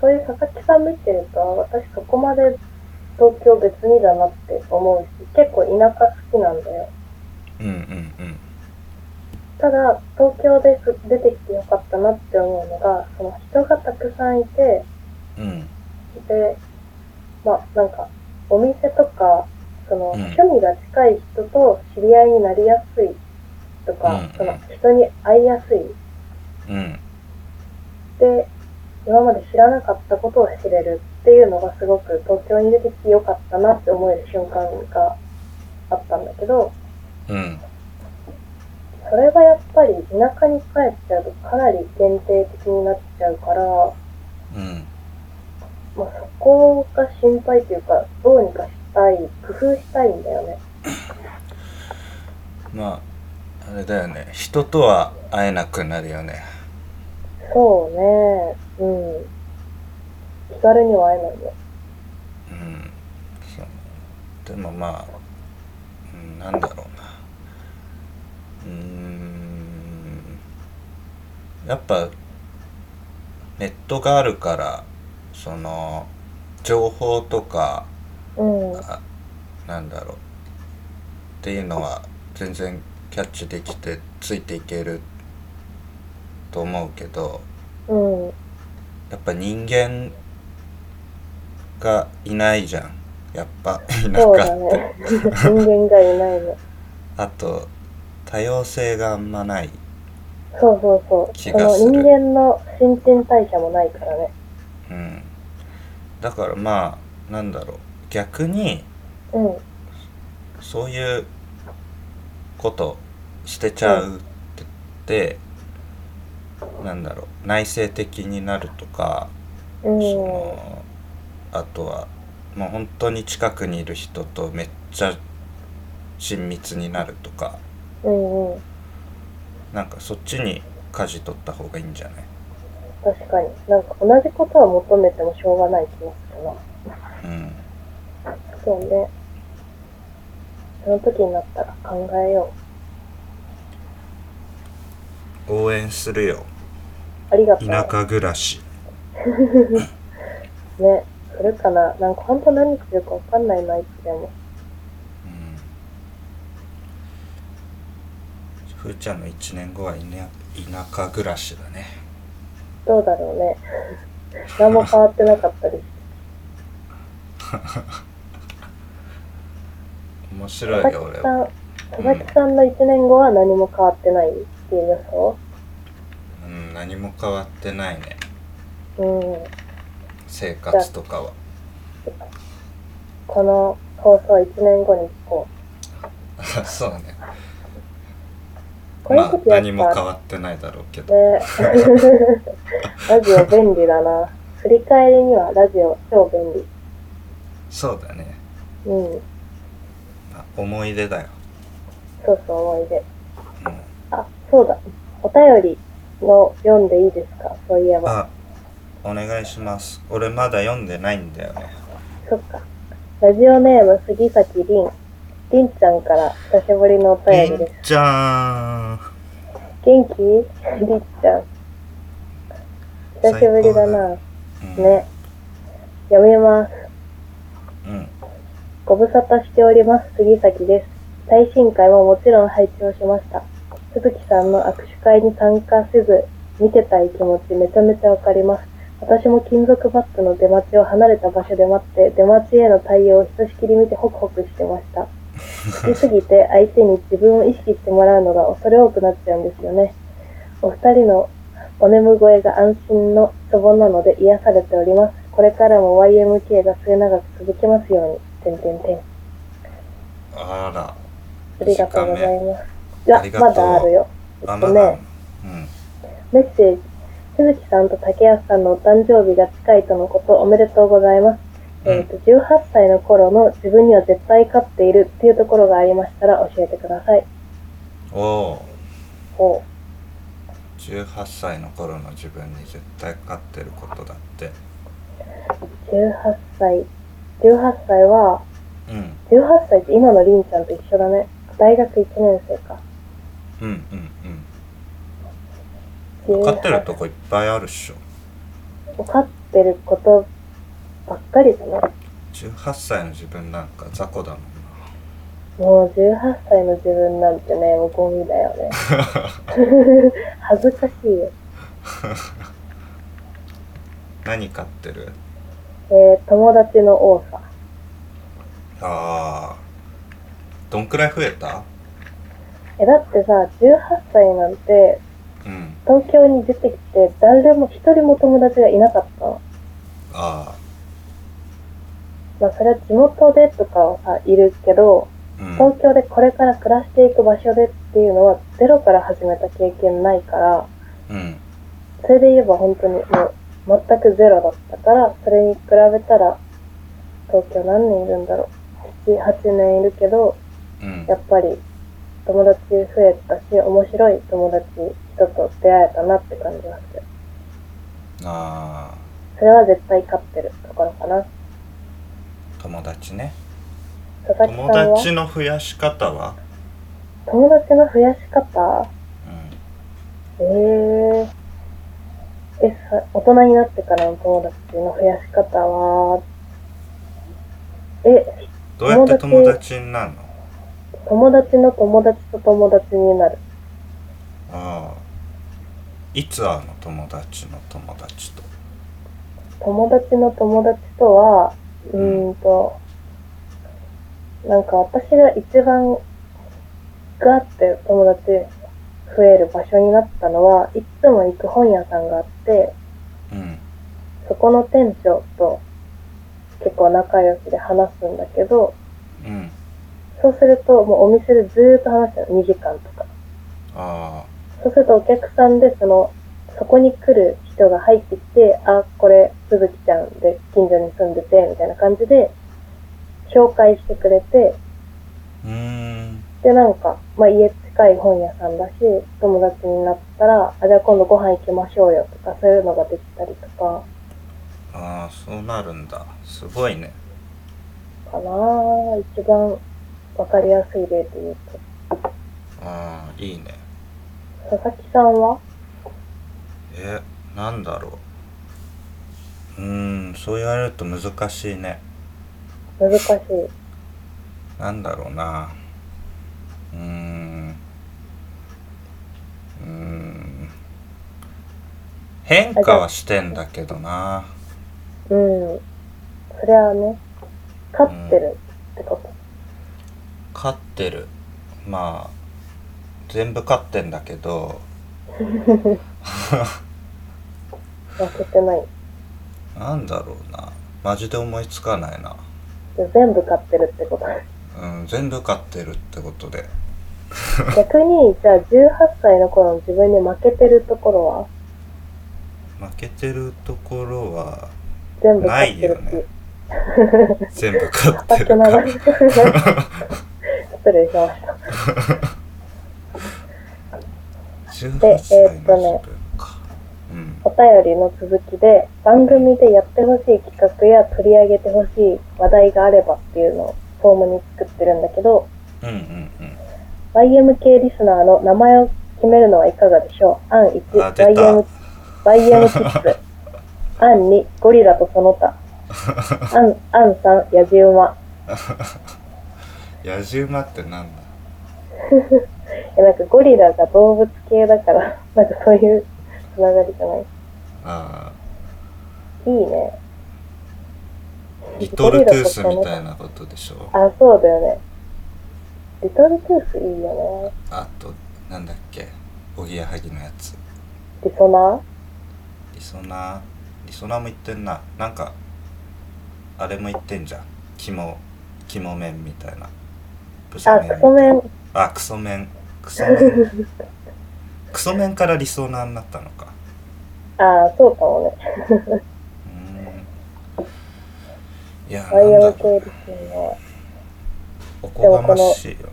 Speaker 1: そういう佐々木さん見てると、あ私そこまで東京別にだなって思うし、結構田舎好きなんだよ。
Speaker 2: うんうんうん
Speaker 1: ただ、東京でふ出てきてよかったなって思うのが、その人がたくさんいて、
Speaker 2: うん
Speaker 1: で、まあ、なんか、お店とか、その、
Speaker 2: うん
Speaker 1: 趣味が近い人と知り合いになりやすいとか、
Speaker 2: うん
Speaker 1: その、人に会いやすい。
Speaker 2: うん
Speaker 1: で、今まで知らなかったことを知れるっていうのがすごく東京に出てきてよかったなって思える瞬間があったんだけど、
Speaker 2: うん
Speaker 1: それがやっぱり田舎に帰っちゃうとかなり限定的になっちゃうから、
Speaker 2: うん
Speaker 1: まあ、そこが心配というか、どうにかしたい、工夫したいんだよね。
Speaker 2: まああれだよね人とは会えなくなるよね
Speaker 1: そうね。うん。気軽には会えないね。
Speaker 2: うんそうでもまあ、うん、なんだろうなうーんやっぱネットがあるからその情報とか
Speaker 1: うん。
Speaker 2: あなんだろうっていうのは全然キャッチできてついていけると思うけど
Speaker 1: うん。
Speaker 2: やっぱ人間がいないじゃんやっぱ田
Speaker 1: そうだ
Speaker 2: 舎って、
Speaker 1: ね。人間がいないね。
Speaker 2: あと多様性があんまない
Speaker 1: そうそうそう。
Speaker 2: 気
Speaker 1: そ
Speaker 2: が
Speaker 1: の
Speaker 2: する
Speaker 1: 人間の新陳代謝もないからね。
Speaker 2: うんだからまあなんだろう逆に
Speaker 1: うん。
Speaker 2: そういうことしてちゃうって言って、なんだろう内省的になるとか、
Speaker 1: うん。
Speaker 2: そのあとはもう本当に近くにいる人とめっちゃ親密になるとか
Speaker 1: うんうん。
Speaker 2: なんかそっちに舵取った方がいいんじゃない
Speaker 1: 確かに。なんか同じことは求めてもしょうがない気がするな。
Speaker 2: うん
Speaker 1: そうね。その時になったら考えよ
Speaker 2: 応援するよ
Speaker 1: う。ありがとう。
Speaker 2: 田舎暮らし
Speaker 1: ね。するかな。なんか本当何するかわかんないな、いつでも。
Speaker 2: うんふーちゃんの1年後は田田舎暮らしだね
Speaker 1: どうだろう
Speaker 2: [LAUGHS]
Speaker 1: ね。何も変わってなかったりして。
Speaker 2: 面白
Speaker 1: 佐
Speaker 2: いよ
Speaker 1: 々
Speaker 2: 俺
Speaker 1: 木さん、佐々
Speaker 2: うん
Speaker 1: 木さんの1年後は何も変わってないっていう予想
Speaker 2: うん何も変わってないね
Speaker 1: うん。
Speaker 2: 生活とかは
Speaker 1: この放送1年後に聞こう。
Speaker 2: [LAUGHS] そうね
Speaker 1: こうい
Speaker 2: ま
Speaker 1: う
Speaker 2: あ
Speaker 1: 時やっぱ
Speaker 2: 何も変わってないだろうけど
Speaker 1: ねラジオ便利だな。振り返りにはラジオ超便利。
Speaker 2: そうだね、
Speaker 1: うん。
Speaker 2: まあ、思い出だよ、
Speaker 1: そうそう思い出。
Speaker 2: うん、
Speaker 1: あ、そうだ。お便りの読んでいいですかそういえば。
Speaker 2: あお願いします俺まだ読んでないんだよね
Speaker 1: そっか。ラジオネーム杉崎凛。凛ちゃんから久しぶりのお
Speaker 2: り
Speaker 1: 便り
Speaker 2: ん
Speaker 1: です。
Speaker 2: ちゃ
Speaker 1: 元気凛ちゃん。久しぶりだな。
Speaker 2: ーん、うん、
Speaker 1: ね。読みます。
Speaker 2: うん
Speaker 1: ご無沙汰しております、杉崎です。最新回ももちろん拝聴しました。鈴木さんの握手会に参加せず、見てたい気持ちめちゃめちゃわかります。私も金属バットの出待ちを離れた場所で待って、出待ちへの対応をひとしきり見てホクホクしてました。好きすぎて相手に自分を意識してもらうのが恐れ多くなっちゃうんですよね。お二人のお眠声が安心のツボなので癒されております。これからも YMK が末永く続きますように。てんてんてん。
Speaker 2: あら
Speaker 1: ありがとうございます。い
Speaker 2: め
Speaker 1: や
Speaker 2: ありがとう
Speaker 1: まだあるよ。え
Speaker 2: あ
Speaker 1: っ
Speaker 2: ま
Speaker 1: と
Speaker 2: だ、
Speaker 1: ね、
Speaker 2: うん
Speaker 1: メッセージ。鈴木さんと竹安さんのお誕生日が近いとのこと、おめでとうございます。
Speaker 2: うん
Speaker 1: えっと、18歳の頃の自分には絶対勝っているっていうところがありましたら教えてください。
Speaker 2: おお
Speaker 1: ほ
Speaker 2: 18歳の頃の自分に絶対勝ってることだって
Speaker 1: う。18歳。18歳は、
Speaker 2: うん
Speaker 1: 18歳って今のりんちゃんと一緒だね。大学1年生か。
Speaker 2: うんうんう
Speaker 1: 18
Speaker 2: ん勝ってるとこいっぱいあるっしょ
Speaker 1: 勝ってることばっかりだね。
Speaker 2: 18歳の自分なんか雑魚だもん
Speaker 1: もう18歳の自分なんてね、もうゴミだよ
Speaker 2: [LAUGHS]
Speaker 1: ね。恥ずかしいよ。
Speaker 2: な何勝ってる
Speaker 1: えー、友達の多さ。
Speaker 2: あーどんくらい増えた
Speaker 1: え、だってさ、18歳なんて、
Speaker 2: うん
Speaker 1: 東京に出てきて、誰も、一人も友達がいなかったの。
Speaker 2: あ
Speaker 1: まあ、それは地元でとかはさ、いるけど、
Speaker 2: あうん
Speaker 1: 東京でこれから暮らしていく場所でっていうのは、ゼロから始めた経験ないから、
Speaker 2: うん
Speaker 1: それで言えば本当にもう全くゼロだったから、それに比べたら、東京何年いるんだろう。7、8年いるけど、
Speaker 2: うん
Speaker 1: やっぱり友達増えたし、面白い友達、人と出会えたなって感じがする。
Speaker 2: ああ
Speaker 1: それは絶対勝ってるところかな。
Speaker 2: 友達ね
Speaker 1: 佐々木
Speaker 2: 友
Speaker 1: さんは
Speaker 2: 達の増やし方は
Speaker 1: 友達の増やし方
Speaker 2: うん
Speaker 1: えー、え、さ大人になってからの友達の増やし方は、え、
Speaker 2: どうやって友達になるの
Speaker 1: 友達の友達と友達になる。
Speaker 2: ああいつ会うの友達の友達と
Speaker 1: 友達の友達とは、うーんと、なんか私が一番ガーって友達増える場所になったのは、いつも行く本屋さんがあって、
Speaker 2: うん
Speaker 1: そこの店長と結構仲良しで話すんだけど、
Speaker 2: うん
Speaker 1: そうするともうお店でずーっと話してるの、2時間とか。
Speaker 2: ああ
Speaker 1: そうするとお客さんでその、そこに来る人が入ってきて、あ、これ、鈴木ちゃんで近所に住んでて、みたいな感じで、紹介してくれて、
Speaker 2: うーん
Speaker 1: で、なんか、まあ家近い本屋さんだし、友達になったら、あ、じゃあ今度ご飯行きましょうよとか、そういうのができたりとか、
Speaker 2: ああそうなるんだすごいね
Speaker 1: かなぁ一番わかりやすい例で言うと。
Speaker 2: ああいいね
Speaker 1: 佐々木さんは
Speaker 2: えなんだろううーんそう言われると難しいね
Speaker 1: 難しい。
Speaker 2: なんだろうなうーんうーん変化はしてんだけどな
Speaker 1: うん。それはね、勝ってるってこと。
Speaker 2: 飼ってるまあ全部飼ってんだけど
Speaker 1: 負けてない。
Speaker 2: なんだろうなマジで思いつかないな、
Speaker 1: 全部買ってるって
Speaker 2: [LAUGHS]
Speaker 1: こと。
Speaker 2: うん、全部飼ってるってことで
Speaker 1: 逆に、じゃあ18歳の頃の自分に負けてるところは
Speaker 2: 負けてるところ [LAUGHS] は
Speaker 1: 全部買ってる
Speaker 2: ないよね
Speaker 1: し。
Speaker 2: 全部飼って
Speaker 1: 勝手
Speaker 2: るか
Speaker 1: な
Speaker 2: ら
Speaker 1: 流れ。 [LAUGHS] 失礼しました。
Speaker 2: 18歳の自分か、うん
Speaker 1: お便りの続きで、番組でやってほしい企画や取り上げてほしい話題があればっていうのをフォームに作ってるんだけど、
Speaker 2: うんうんうん
Speaker 1: YMK リスナーの名前を決めるのはいかがでしょう案
Speaker 2: あ出た
Speaker 1: 1、YM キッ
Speaker 2: [LAUGHS]
Speaker 1: ズ。案2、ゴリラとその他。案案3、ヤジ馬。
Speaker 2: 野じ馬ってなんだ
Speaker 1: え、なんかゴリラが動物系だから、 [LAUGHS] なんかそういうつながりじゃない。
Speaker 2: あ
Speaker 1: いいね。
Speaker 2: ーリトルトゥースみたいなことでしょ
Speaker 1: あ、そうだよね。リトルトゥースいいよね。
Speaker 2: あとなんだっけおぎやはぎのやつ
Speaker 1: リソナー
Speaker 2: リソナリソナも言ってんななんかあれも言ってんじゃん肝肝麺みたいなブサ
Speaker 1: あ、
Speaker 2: 麺みたい
Speaker 1: ク
Speaker 2: な
Speaker 1: ソメン。
Speaker 2: あクソ麺クソ麺クソ麺から理想なになったのか
Speaker 1: あ、そうかもね。
Speaker 2: うーんいや
Speaker 1: ワイヤ
Speaker 2: なん
Speaker 1: ー
Speaker 2: だろ
Speaker 1: 系
Speaker 2: う
Speaker 1: リスね。
Speaker 2: おこがましいよ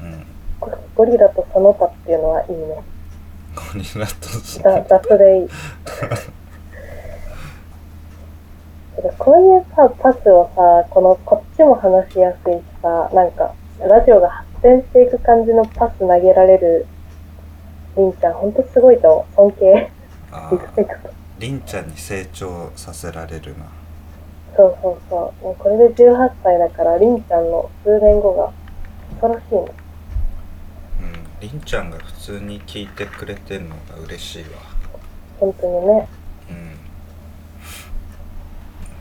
Speaker 2: なうん
Speaker 1: ゴゴリラとその他っていうのはいいね。
Speaker 2: ゴリラとそ
Speaker 1: だ雑
Speaker 2: [LAUGHS]
Speaker 1: でいい。てかこういうさ、パスをさ、この、こっちも話しやすいしさ、なんか、ラジオが発展していく感じのパス投げられる、りんちゃん、ほんとすごいと思う。尊敬。
Speaker 2: あ
Speaker 1: リスペ
Speaker 2: ー
Speaker 1: クト。
Speaker 2: りんちゃんに成長させられるな
Speaker 1: そうそうそう。もうこれで18歳だから、りんちゃんの数年後が恐ろしいね。
Speaker 2: うんりんちゃんが普通に聞いてくれてんのが嬉しいわ
Speaker 1: 本当に
Speaker 2: [LAUGHS]
Speaker 1: ね。
Speaker 2: うん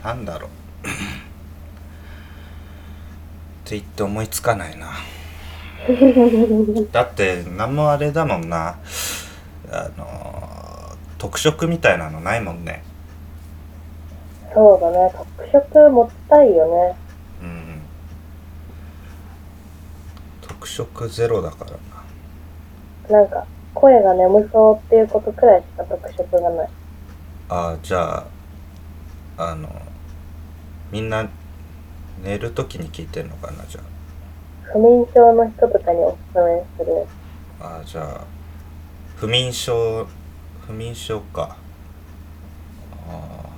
Speaker 2: なんだろう [COUGHS] って言って思いつかないなだって何もあれだもんなあの特色みたいなのないもんね
Speaker 1: そうだね。特色持ちたいよね。
Speaker 2: うん特色ゼロだからな
Speaker 1: なんか、声が眠そうっていうことくらいしか特色がない。
Speaker 2: あーじゃああのみんな寝る時に聞いてんのかなじゃあ
Speaker 1: 不眠症の人とかにおすすめする。
Speaker 2: あじゃあ不眠症不眠症かあ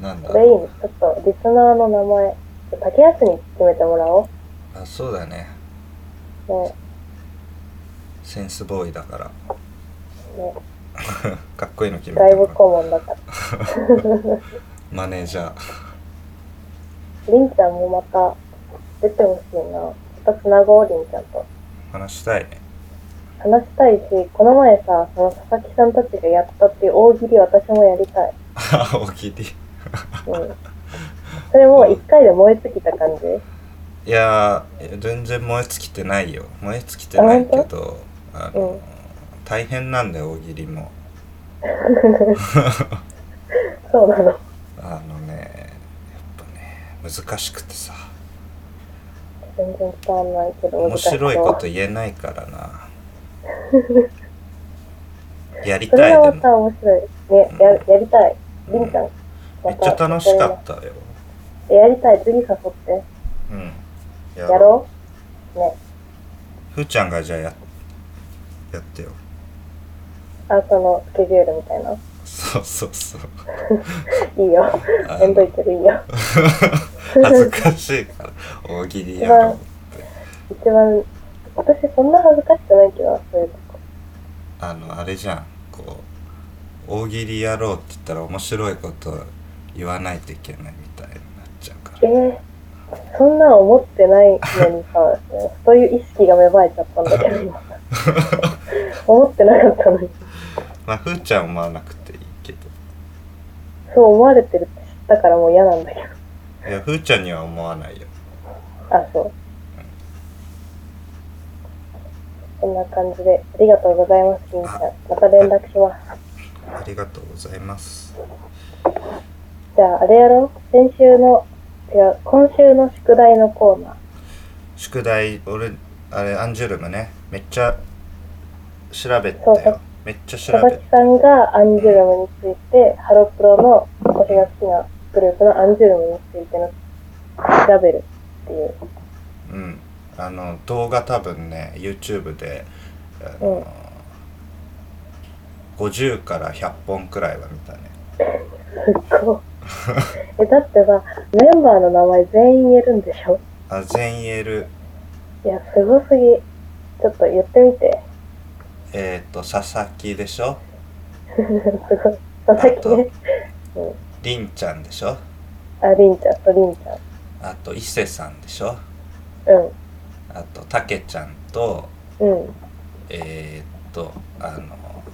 Speaker 2: ーなんだ
Speaker 1: それいいね。ちょっと、リスナーの名前、竹安に決めてもらお
Speaker 2: あそうだね
Speaker 1: う。ね。
Speaker 2: センスボーイだから
Speaker 1: ね。
Speaker 2: かっこいいの決め
Speaker 1: 外
Speaker 2: て
Speaker 1: 部
Speaker 2: もらう
Speaker 1: 顧問だから。
Speaker 2: マネージャー
Speaker 1: りんちゃんもまた出てほしいな。またつなごう、りんちゃんと。
Speaker 2: 話したい [LAUGHS] ね
Speaker 1: 話したいし、この前さ、その佐々木さんたちがやったっていう大喜利私もやりたい。
Speaker 2: あおきり
Speaker 1: うん。それも一回で燃え尽きた感じ
Speaker 2: いやー全然燃え尽きてないよ燃え尽きてないけどあの、
Speaker 1: うん
Speaker 2: 大変なんだよ大喜利も
Speaker 1: そうなの。
Speaker 2: あのねやっぱね難しくてさ
Speaker 1: 全然伝わんないけど、
Speaker 2: 面白いこと
Speaker 1: 難し
Speaker 2: 言えないか
Speaker 1: [LAUGHS]
Speaker 2: らなやり
Speaker 1: そうそ
Speaker 2: た
Speaker 1: れ
Speaker 2: いで
Speaker 1: はまた
Speaker 2: も
Speaker 1: 面白い。ね、ややりたい。りんちゃん。
Speaker 2: めっちゃ楽しかったよ
Speaker 1: た。やりたい。次誘って。
Speaker 2: うんや
Speaker 1: やろうね。
Speaker 2: うふーちゃんがじゃあややってよ
Speaker 1: あ、そのスケジュールみたいな。
Speaker 2: そうそうそう
Speaker 1: いいよ。
Speaker 2: あ
Speaker 1: めんどいけどいいよ。 [LAUGHS]
Speaker 2: 恥ずかしいから大喜利やろうって
Speaker 1: 一番、私そんな恥ずかしくないけど、そういうとこ。
Speaker 2: あのあれじゃんこう大喜利やろうって言ったら面白いこと言わないといけないみたいになっちゃうから
Speaker 1: えー、そんな思ってないのにさ、そういう意識が芽生えちゃったんだけど、今思ってなかったのに。
Speaker 2: まあふーちゃんは思わなくていいけど
Speaker 1: そう思われてるって知ったからもう嫌なんだけど。
Speaker 2: いやふーちゃんには思わないよ
Speaker 1: あ、そう。こんな感じで、ありがとうございます、みんな。また連絡します。
Speaker 2: ありがとうございます
Speaker 1: じゃあ、あれやろう先週の、違う、今週の宿題のコーナー。
Speaker 2: 宿題俺あれアンジュルムねめっちゃ調べた
Speaker 1: そうそう
Speaker 2: よめっちゃ調
Speaker 1: 佐々
Speaker 2: べ
Speaker 1: 木さんがアンジュルムについて、ハロプロの私が好きなグループのアンジュルムについての調べるっていう。
Speaker 2: うんあの動画多分ね YouTube であの、50から100本くらいは見たね
Speaker 1: すっごい。
Speaker 2: [LAUGHS]
Speaker 1: え、だってさ、メンバーの名前全員言えるんでしょ
Speaker 2: あ全員言える
Speaker 1: いや、すごすぎ。ちょっと言ってみて。 [LAUGHS]
Speaker 2: えっ、と佐々木でしょ
Speaker 1: すごい。佐々木ね。
Speaker 2: りんちゃんでしょ
Speaker 1: あ、りんちゃんとりんちゃん。
Speaker 2: あと伊勢さんでしょ
Speaker 1: う
Speaker 2: あとたけちゃんと
Speaker 1: ん。うん。
Speaker 2: えっ、とあの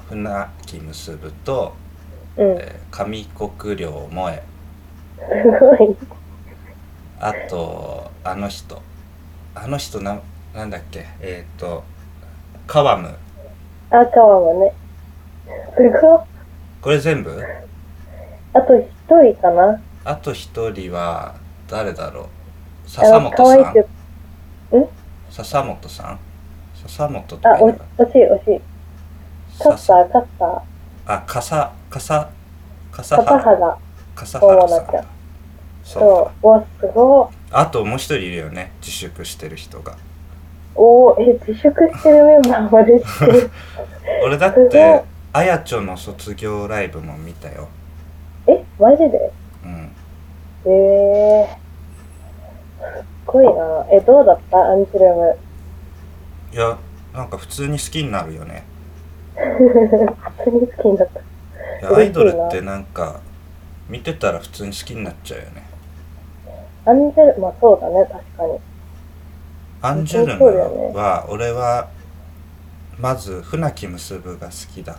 Speaker 2: 船木結ぶと、
Speaker 1: うん。す
Speaker 2: えー上国領萌え
Speaker 1: ごい。
Speaker 2: あとあの人あの人ななんだっけえっ、とカワム
Speaker 1: 赤はね。すごい。
Speaker 2: これ全部
Speaker 1: あと一人かな。
Speaker 2: あと一人は誰だろう笹
Speaker 1: あの、
Speaker 2: 本
Speaker 1: 可愛
Speaker 2: さん
Speaker 1: く。
Speaker 2: 笹本さん笹本と
Speaker 1: あ
Speaker 2: か、い
Speaker 1: お
Speaker 2: うの
Speaker 1: 惜
Speaker 2: か
Speaker 1: しい惜しい。カッタ
Speaker 2: 笹
Speaker 1: ー、カッター。
Speaker 2: あ笠笠笠
Speaker 1: 片
Speaker 2: 原
Speaker 1: 原。
Speaker 2: 笠
Speaker 1: そ
Speaker 2: 原
Speaker 1: う
Speaker 2: さ
Speaker 1: なんっちゃう
Speaker 2: だそう
Speaker 1: そう。わ、すごい。
Speaker 2: あともう一人いるよね自粛してる人が
Speaker 1: おお、え、自粛してるメンバーまで知って
Speaker 2: [LAUGHS]
Speaker 1: る。
Speaker 2: 俺だっ
Speaker 1: すごい
Speaker 2: てあやちょの卒業ライブも見たよ
Speaker 1: え、マジで
Speaker 2: うん
Speaker 1: ええすっごいな。え、どうだったアンジュルム。 [LAUGHS]
Speaker 2: いやなんか普通に好きになるよね
Speaker 1: 普通に好きになった。
Speaker 2: い
Speaker 1: 嬉し
Speaker 2: や
Speaker 1: いな
Speaker 2: アイドルってなんか見てたら普通に好きになっちゃうよね
Speaker 1: アンジュルム、まあそうだね、確かに。
Speaker 2: アンジュル
Speaker 1: そうだよね
Speaker 2: ムは俺はまず船木結ぶが好きだ好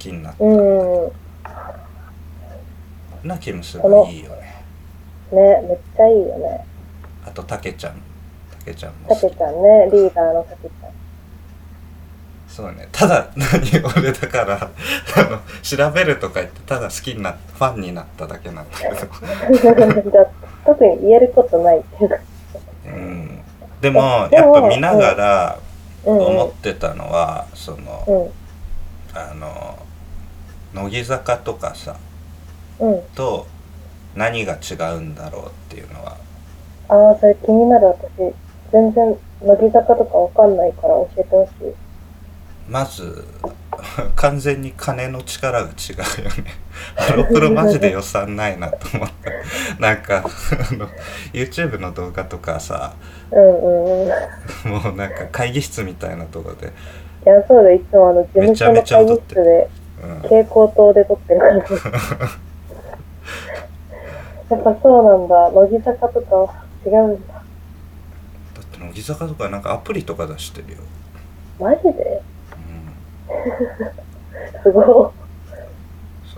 Speaker 2: きになった
Speaker 1: うん。
Speaker 2: 船木結ぶいいよね
Speaker 1: ね、めっちゃいいよね。
Speaker 2: あとたけちゃんたけちゃんも
Speaker 1: た
Speaker 2: 好
Speaker 1: け
Speaker 2: き
Speaker 1: ちゃんね、リーダーのたけちゃん。
Speaker 2: そうねただ何俺だからあの調べるとか言ってただ好きになったファンになっただけなんだけ
Speaker 1: [LAUGHS]
Speaker 2: ど
Speaker 1: だ特に言えることないっていうか。
Speaker 2: うんでもやっぱ見ながら
Speaker 1: うんうん。
Speaker 2: 思ってたのはその
Speaker 1: うん。
Speaker 2: あの乃木坂とかさ
Speaker 1: うん。
Speaker 2: と何が違うんだろうっていうのは
Speaker 1: ああ、それ気になる私。全然、乃木坂とかわかんないから教えてほしい。
Speaker 2: まず [LAUGHS] 完全に金の力が違うよね [LAUGHS] ハロプロマジで予算ないなと思った [LAUGHS] なんかあの YouTube の動画とかさ
Speaker 1: うんうん [LAUGHS] うん。い
Speaker 2: もうなんか会議室みたいなとこで、
Speaker 1: や、そうだ、いつもあの、事務所の
Speaker 2: めちゃ
Speaker 1: 会
Speaker 2: め
Speaker 1: 議
Speaker 2: ちゃ踊って
Speaker 1: 室で
Speaker 2: うん、
Speaker 1: 蛍光灯で撮ってる感じ。 [LAUGHS] やっぱそうなんだ。乃木坂とかは違うんだ。
Speaker 2: だって乃木坂とかなんかアプリとか出してるよ、
Speaker 1: マジで
Speaker 2: うん
Speaker 1: すごい。
Speaker 2: そ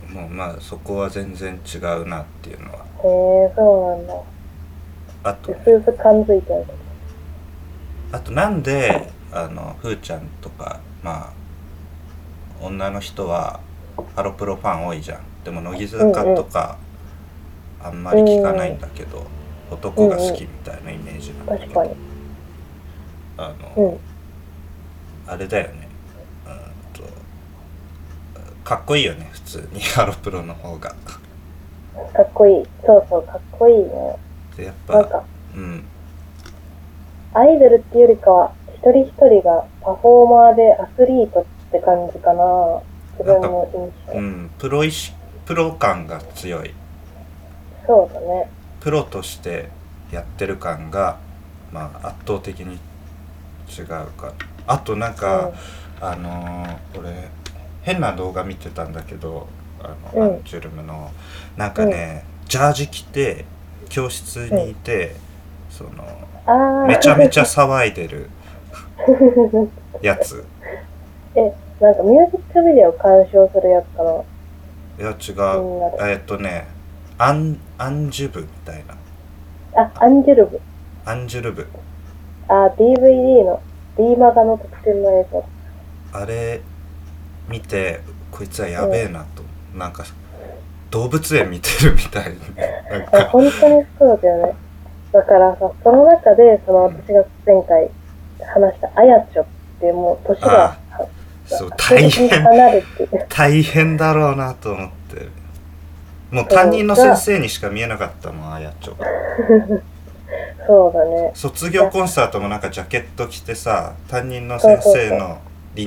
Speaker 2: うもうまあそこは全然違うなっていうのは
Speaker 1: へえ、そうなんだ。
Speaker 2: あと
Speaker 1: うすうす感づいてる。
Speaker 2: あとなんであのふーちゃんとかまあ女の人はハロプロファン多いじゃんでも乃木坂とかあんまり聞かないんだけど、男が好きみたいなイメージなんだけ
Speaker 1: 確
Speaker 2: ど、
Speaker 1: かに。
Speaker 2: あ
Speaker 1: う
Speaker 2: の、
Speaker 1: ん。
Speaker 2: あれだよねうーんとかっこいいよね普通に [LAUGHS] ハロプロの方が
Speaker 1: かっこいい。そうそう、かっこいいね。
Speaker 2: でやっ
Speaker 1: なん
Speaker 2: ぱ
Speaker 1: か、
Speaker 2: うん
Speaker 1: アイドルっていうよりかは、一人一人がパフォーマーでアスリートって感じかな。自分の印象。
Speaker 2: うんプロ意識プロ感が強い
Speaker 1: そうだね。
Speaker 2: プロとしてやってる感が、まあ、圧倒的に違うかあとなんか、あのー俺変な動画見てたんだけどあの、
Speaker 1: うん
Speaker 2: アンジュルムのなんかね、ジャージ着て教室にいて、その
Speaker 1: うん、ああ。
Speaker 2: めちゃめちゃ騒いで [LAUGHS] るやつ
Speaker 1: なんかミュージックビデオ鑑賞するやつかな。
Speaker 2: いや違
Speaker 1: 気
Speaker 2: う
Speaker 1: になる。
Speaker 2: えっとねアンアンジュブみたいな
Speaker 1: あ、アンジュルブ。
Speaker 2: アンジュルブ
Speaker 1: あ、DVD の D マガの特典の映像。
Speaker 2: あれ見てこいつはやべえなと、なんか動物園見てるみたい [LAUGHS] ななん
Speaker 1: あ、
Speaker 2: か、
Speaker 1: 本当にそうだよね。だからさ、その中で、その私が前回話したあやちょってもう年が
Speaker 2: あそう大
Speaker 1: に
Speaker 2: 変
Speaker 1: 離れてる。
Speaker 2: 大変だろうなと思ってもう担任の先生にしか見えなかったもんあやちょ
Speaker 1: そうだね。
Speaker 2: 卒業コンサートもなんかジャケット着てさ担任の先生の離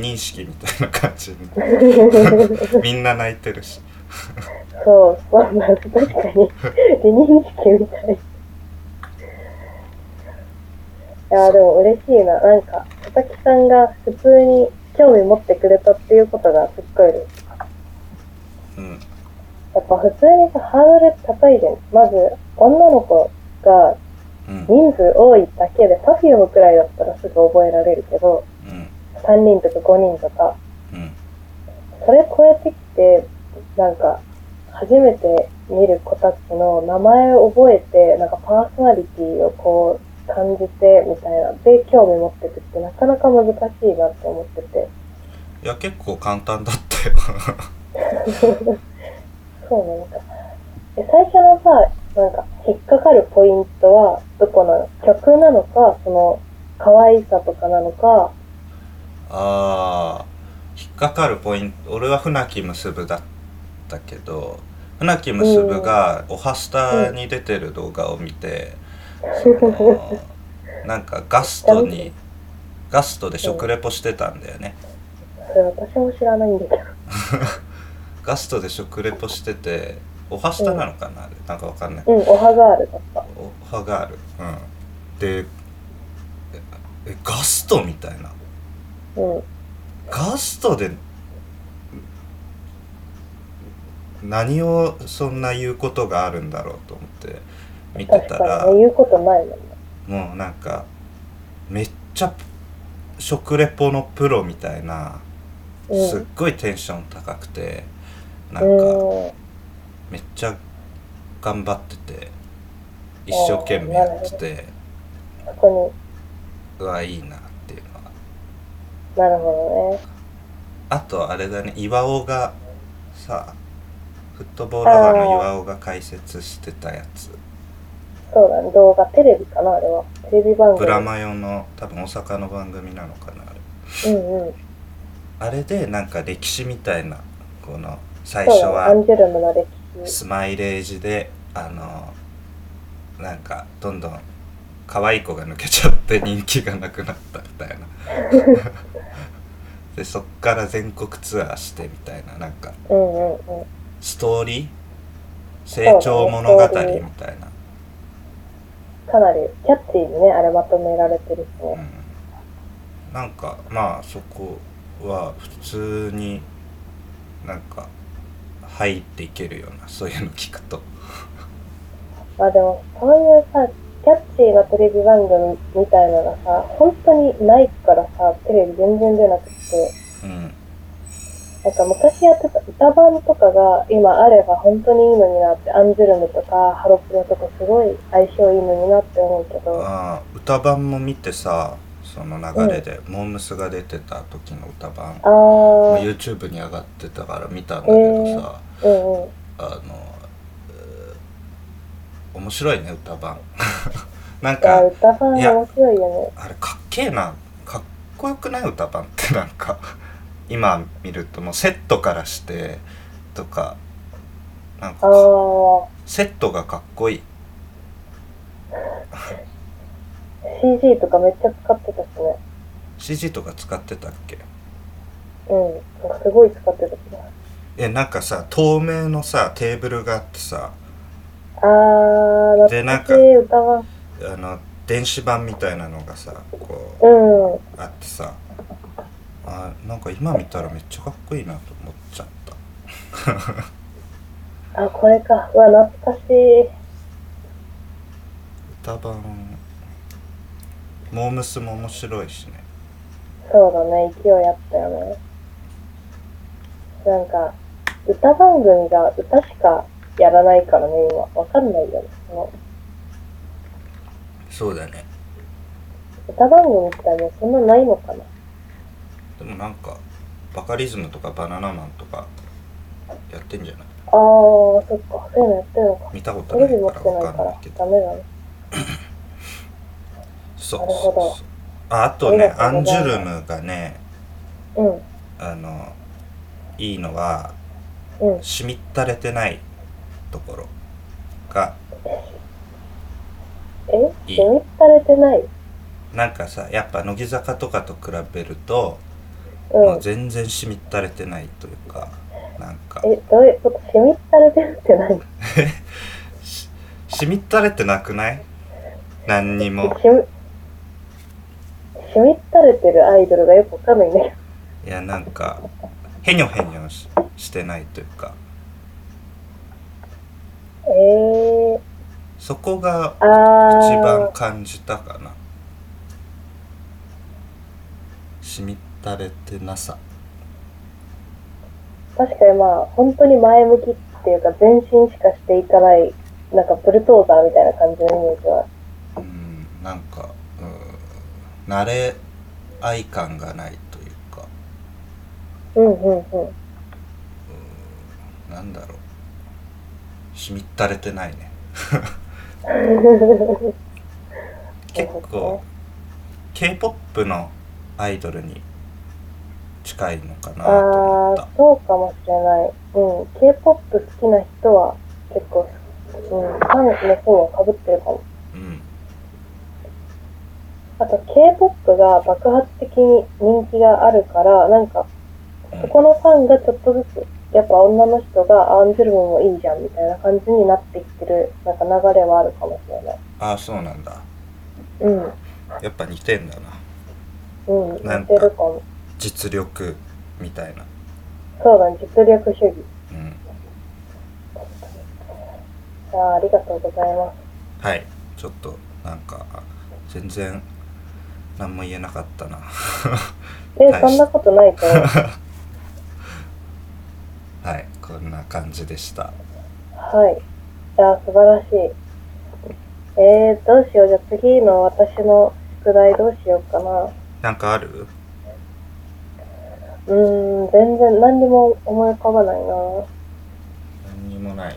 Speaker 2: 任式みたいな感じにみんな泣いてるし
Speaker 1: そう、そうなる。確かに。離任式みたい。いやーでも嬉しいな。なんか、佐々木さんが普通に興味持ってくれたっていうことがすっごい嬉しい
Speaker 2: うん
Speaker 1: やっぱ普通にさ、ハードル高いじゃん。まず、女の子が
Speaker 2: うん
Speaker 1: 人数多いだけで、パフュームくらいだったらすぐ覚えられるけど、
Speaker 2: うん
Speaker 1: 3人とか5人とか、
Speaker 2: うん
Speaker 1: それ超えてきて、なんか、初めて見る子たちの名前を覚えて、なんかパーソナリティをこう感じてみたいな、で興味持ってくってなかなか難しいなって思ってて。
Speaker 2: いや結構簡単だったよ
Speaker 1: そうね、なんか。え最初のさ、なんか、引っかかるポイントは、どこなの曲なのか、その、可愛さとかなのか、
Speaker 2: あー引っかかるポイント俺は船木結ぶだったけど船木結ぶが「おはスタ」に出てる動画を見て、そのなんかガストにガストで食レポしてたんだよね
Speaker 1: それ私も知らないんだけど。
Speaker 2: ガストで食レポしてておはスタなのかな、あれなんかわかんない
Speaker 1: うん、おはガールだった。
Speaker 2: おはがあるうんでええガストみたいな
Speaker 1: うん。
Speaker 2: ガストで何をそんな言うことがあるんだろうと思って見て
Speaker 1: 確
Speaker 2: た
Speaker 1: からにね、言うことないもんね。
Speaker 2: もうなんかめっちゃ食レポのプロみたいな
Speaker 1: うん。
Speaker 2: すっごいテンション高くてなんか
Speaker 1: うん
Speaker 2: めっちゃ頑張ってて一生懸命やってて
Speaker 1: そこ
Speaker 2: うわいいなっていうのは
Speaker 1: に、なるほ
Speaker 2: あとあれだね岩尾がさフットボールアワーの岩尾が解説してたやつ
Speaker 1: どね。そうだね。動画、テレビかな、あれは。テレビ番組。
Speaker 2: ブラマヨの多分大阪の番組なのかなあれ
Speaker 1: うんうん。
Speaker 2: あれでなんか歴史みたいなこの最
Speaker 1: そう
Speaker 2: 初
Speaker 1: だね。アン
Speaker 2: は
Speaker 1: ジュルムの歴史。
Speaker 2: スマイレージであのなんかどんどん可愛い子が抜けちゃって人気がなくなったみたい
Speaker 1: [LAUGHS]
Speaker 2: なでそっから全国ツアーしてみたいななんか
Speaker 1: うんうんうん。
Speaker 2: ストーリー成長物語みたいな、
Speaker 1: かなりキャッチーにね、あれまとめられてるし
Speaker 2: う
Speaker 1: ね。
Speaker 2: ん、なんかまあそこは普通になんか入っていけるようなそういうの聞くと
Speaker 1: まあでも、そういうさ、キャッチーなテレビ番組みたいなのがさ、本当にないからさ、テレビ全然出なくて、
Speaker 2: うん
Speaker 1: なんか昔やってた歌番とかが今あれば本当にいいのになって、アンジュルムとかハロプロとかすごい相性いいのになって思うけど、
Speaker 2: あー歌版も見てさその流れで、モームスが出てた時の歌版、
Speaker 1: あ
Speaker 2: ま
Speaker 1: ー、
Speaker 2: あ YouTube に上がってたから見たんだけどさ、
Speaker 1: うんうん。
Speaker 2: あの、えー面白いね歌版 [LAUGHS] なん
Speaker 1: いや、
Speaker 2: か
Speaker 1: 歌番面白いよ
Speaker 2: あれかっけえなかっこよくない歌版ってなんか [LAUGHS] 今見るともうセットからしてとかなん
Speaker 1: ね。あ
Speaker 2: かか
Speaker 1: ー、
Speaker 2: セットがかっこいい
Speaker 1: CG とかめっちゃ使ってたしね。
Speaker 2: CG とか使ってたっけ
Speaker 1: うん。なんかすごい使ってたしね。
Speaker 2: えなんかさ透明のさテーブルがあってさ
Speaker 1: あー、
Speaker 2: でなんか
Speaker 1: 懐かしい歌番。
Speaker 2: あの電子版みたいなのがさこう
Speaker 1: うん。
Speaker 2: あってさあなんか今見たらめっちゃかっこいいなと思っちゃった
Speaker 1: あ、これか。うわ、懐かしい。
Speaker 2: 歌版モームスも面白いしね
Speaker 1: そうだね、勢いあったよね。なんか、歌番組が歌しかやらないからね、今。わかんないよね。その
Speaker 2: そうだね
Speaker 1: 歌番組ってもうそんなないのかな
Speaker 2: でもなんかバカリズムとかバナナマンとかやってんじゃない
Speaker 1: あー、そっか。そういうのやってるのか。
Speaker 2: 見たこと
Speaker 1: テ
Speaker 2: な
Speaker 1: レ
Speaker 2: いか
Speaker 1: ビ持っ
Speaker 2: ら
Speaker 1: てない
Speaker 2: わ
Speaker 1: か
Speaker 2: かんない
Speaker 1: ら
Speaker 2: け、ど
Speaker 1: ダメだね。
Speaker 2: そう
Speaker 1: なるほど
Speaker 2: そうそうああとね
Speaker 1: ありが
Speaker 2: ア
Speaker 1: とう
Speaker 2: ン
Speaker 1: ご
Speaker 2: ジ
Speaker 1: ざい
Speaker 2: ュ
Speaker 1: ます
Speaker 2: ルムがね
Speaker 1: う
Speaker 2: あのいいのは
Speaker 1: ん、うん。
Speaker 2: しみったれてないところが
Speaker 1: え
Speaker 2: いい
Speaker 1: 気に入られてない
Speaker 2: なんかさやっぱ乃木坂とかと比べると、
Speaker 1: う
Speaker 2: も
Speaker 1: ん
Speaker 2: う。全然しみったれてないというかなんか
Speaker 1: え、どういうことしみったれてるって何
Speaker 2: ししみったれてなくない何にも
Speaker 1: しみ、しみったれてるアイドルがよくわかんないんだけど。
Speaker 2: いやなんかへにょへにょししてないというか
Speaker 1: えー、
Speaker 2: そこが
Speaker 1: あ
Speaker 2: 一
Speaker 1: ー
Speaker 2: 番。感じたかなしみったれてなさ
Speaker 1: 確かにまあ、本当に前向きっていうか、前進しかしていかない、なんかブルトーザーみたいな感じのイメージは。
Speaker 2: うんなんかうん慣れ合い感がないというか
Speaker 1: うんうんうん。
Speaker 2: なんだろうしみったれてないね結構 k p o p のアイドルに近いのかなと思
Speaker 1: あ
Speaker 2: った
Speaker 1: ー、そうかもしれない。うん。K-POP 好きな人は結構、うん、ファンの方は被ってるかも。
Speaker 2: うん
Speaker 1: あと K-POP が爆発的に人気があるから、なんか、
Speaker 2: うん
Speaker 1: そこのファンがちょっとずつ、やっぱ女の人がアンジュルムもいいじゃんみたいな感じになってきてる、なんか流れはあるかもしれない。
Speaker 2: ああそうなんだ
Speaker 1: うん。
Speaker 2: やっぱ似てんだな
Speaker 1: うん、
Speaker 2: なん
Speaker 1: 似
Speaker 2: か
Speaker 1: てるかも。
Speaker 2: 実力みたいな
Speaker 1: そうだね、実力主義。
Speaker 2: うん
Speaker 1: あーありがとうございます。
Speaker 2: はいちょっとなんか全然何も言えなかったな [LAUGHS]
Speaker 1: で、
Speaker 2: 大
Speaker 1: そ
Speaker 2: し
Speaker 1: んなことないと思う。
Speaker 2: はいこんな感じでした
Speaker 1: はい。じゃあ、素晴らしい。えー、どうしよう。じゃあ次の私の宿題どうしようかな。
Speaker 2: なんかある
Speaker 1: うーん、全然何にも思い浮かばないな。
Speaker 2: 何にもない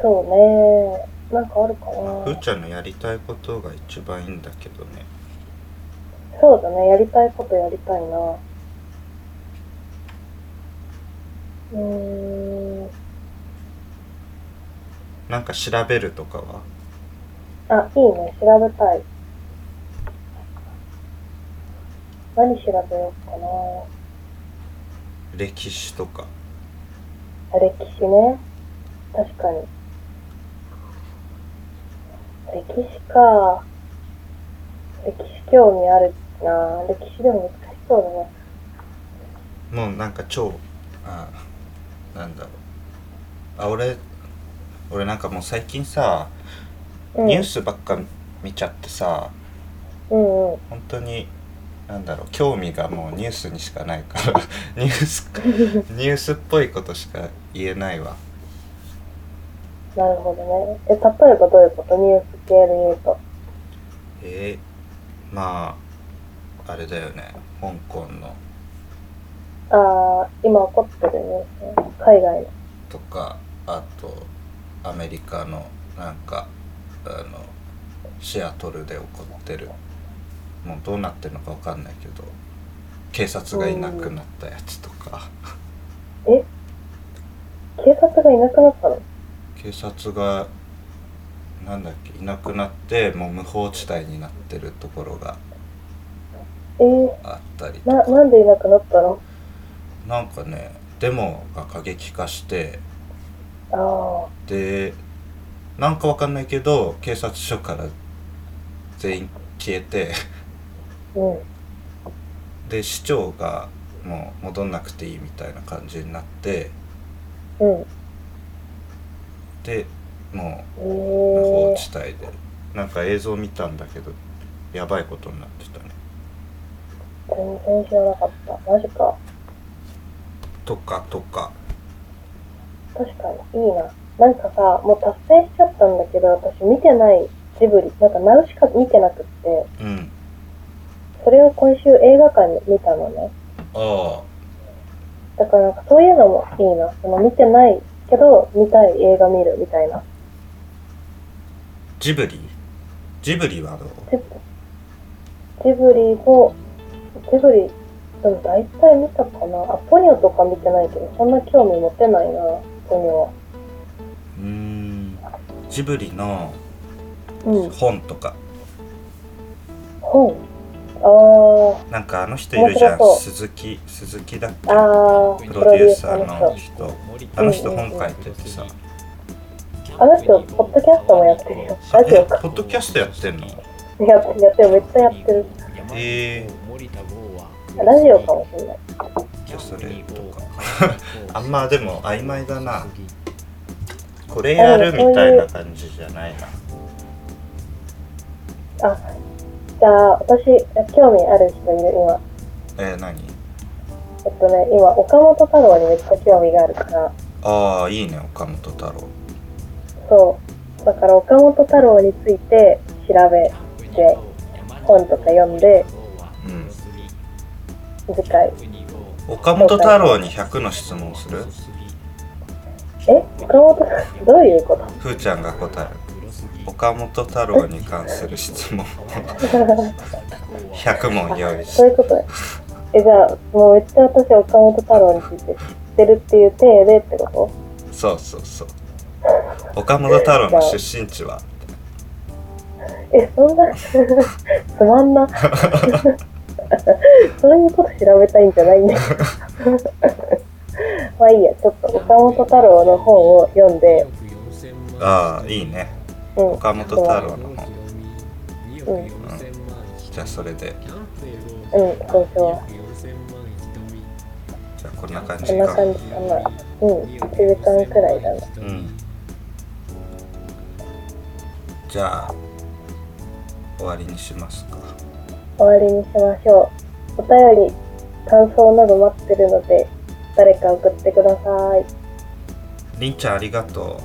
Speaker 1: そうね。なんかあるか
Speaker 2: ふー
Speaker 1: な。
Speaker 2: ちゃんのやりたいことが一番いいんだけどね
Speaker 1: そうだね。やりたいことやりたいな。うーん。
Speaker 2: なんか調べるとかは
Speaker 1: あ、いいね。調べたい。何調べようかな
Speaker 2: 歴史とか。
Speaker 1: あ歴史ね。確かに。歴史か。歴史興味あるな。歴史でも難しそうだね。
Speaker 2: もうなんか超あなんだろうあ俺俺なんかもう最近さ
Speaker 1: うん、
Speaker 2: ニュースばっか見ちゃってさ
Speaker 1: うんうん。
Speaker 2: 本当になんだろう興味がもうニュースにしかないから [LAUGHS] ニュー
Speaker 1: [LAUGHS]
Speaker 2: スかニュースっぽいことしか言えないわ
Speaker 1: なるほどね。え、例えばどういうことニュース系で言うと。
Speaker 2: えー、まああれだよね香港の
Speaker 1: あー、今起こってるニュースね。海外の。
Speaker 2: とかあとアメリカのなんかあのシアトルで起こってるもうどうなってるのかわかんないけど警察がいなくなったやつとか
Speaker 1: 警察がいなくなったの
Speaker 2: 警察がなんだっけいなくなってもう無法地帯になってるところが
Speaker 1: えー、
Speaker 2: あったりと
Speaker 1: な、
Speaker 2: か
Speaker 1: なんでいなくなったの
Speaker 2: なんかねデモが過激化して
Speaker 1: あ
Speaker 2: でなんかわかんないけど警察署から全員消えて [LAUGHS]
Speaker 1: ー、うん。
Speaker 2: で市長がもう戻んなくていいみたいな感じになって
Speaker 1: うん。
Speaker 2: でも
Speaker 1: え
Speaker 2: う無法
Speaker 1: ー、
Speaker 2: 地帯でなんか映像見たんだけどやばいことになってたね
Speaker 1: 全然知らなかった。マジか。
Speaker 2: とかとか
Speaker 1: 確かに。いいな。なんかさ、もう達成しちゃったんだけど、私見てないジブリ、なんかナウシカ見てなくって、
Speaker 2: うん
Speaker 1: それを今週映画館で見たのね。
Speaker 2: あ
Speaker 1: だからなんかそういうのもいいな。その見てないけど、見たい映画見るみたいな。
Speaker 2: あジブリジブリはどう
Speaker 1: ジブジブリも、ジブリ、でも大体見たかな。あ、ポニョとか見てないけど、そんな興味持てないな、ポニ
Speaker 2: うーんジブリの
Speaker 1: ョは。うん。
Speaker 2: 本とか
Speaker 1: 本あ
Speaker 2: なんかあの人いるじゃ
Speaker 1: 面白
Speaker 2: ん
Speaker 1: そう
Speaker 2: 鈴木鈴木だっけ
Speaker 1: ー、あー、
Speaker 2: プロデューサー
Speaker 1: プ
Speaker 2: の
Speaker 1: ロデュ
Speaker 2: 人あの人本書いててさ
Speaker 1: あの人、ポッドキャストもやってるよ。ラジ
Speaker 2: え
Speaker 1: オか。
Speaker 2: ポッドキャストやってんの
Speaker 1: やって、やってる、めっちゃやってる。
Speaker 2: え
Speaker 1: ラジオかもしれない。
Speaker 2: じゃあそれとか [LAUGHS] あんまでも曖昧だなこれやるみたいな感じじゃないな
Speaker 1: あ、じゃあ、私、興味ある人いる、今。
Speaker 2: えー、何
Speaker 1: えっとね、今、岡本太郎にめっちゃ興味があるから、
Speaker 2: ああいいね岡本太郎
Speaker 1: そう。だから、岡本太郎について調べて、本とか読んで、
Speaker 2: うん
Speaker 1: 次回。
Speaker 2: 岡本太郎に100の質問する
Speaker 1: え岡本太郎、どういうこと
Speaker 2: ふーちゃんが答える岡本太郎に関する質問100問用意し
Speaker 1: そういうことえ、じゃあ、もうめっちゃ私、岡本太郎について知ってるっていう体でってこと
Speaker 2: そうそうそう岡本太郎の出身地は
Speaker 1: [LAUGHS] え、そんな、つまんな。 [LAUGHS] そういうこと調べたいんじゃないんだよ。 [LAUGHS] まあいいや、ちょっと岡本太郎の本を読んで、
Speaker 2: ああいいね
Speaker 1: うん、
Speaker 2: 岡本太郎の本
Speaker 1: うん、うん、
Speaker 2: じゃあそれで
Speaker 1: そうしよ
Speaker 2: じゃあこんな感
Speaker 1: う。
Speaker 2: じ
Speaker 1: こん
Speaker 2: か
Speaker 1: な感じかな。うん、1時間くらいだな。
Speaker 2: うんじゃあ終わりにしますか
Speaker 1: 終わりにしましょう。お便り、感想など待ってるので、誰か送ってください。
Speaker 2: りんちゃんありがと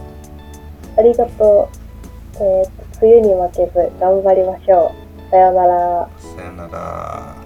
Speaker 1: ありがとう。えー、梅雨に負けず頑張りましょう。さようなら。
Speaker 2: うさよなら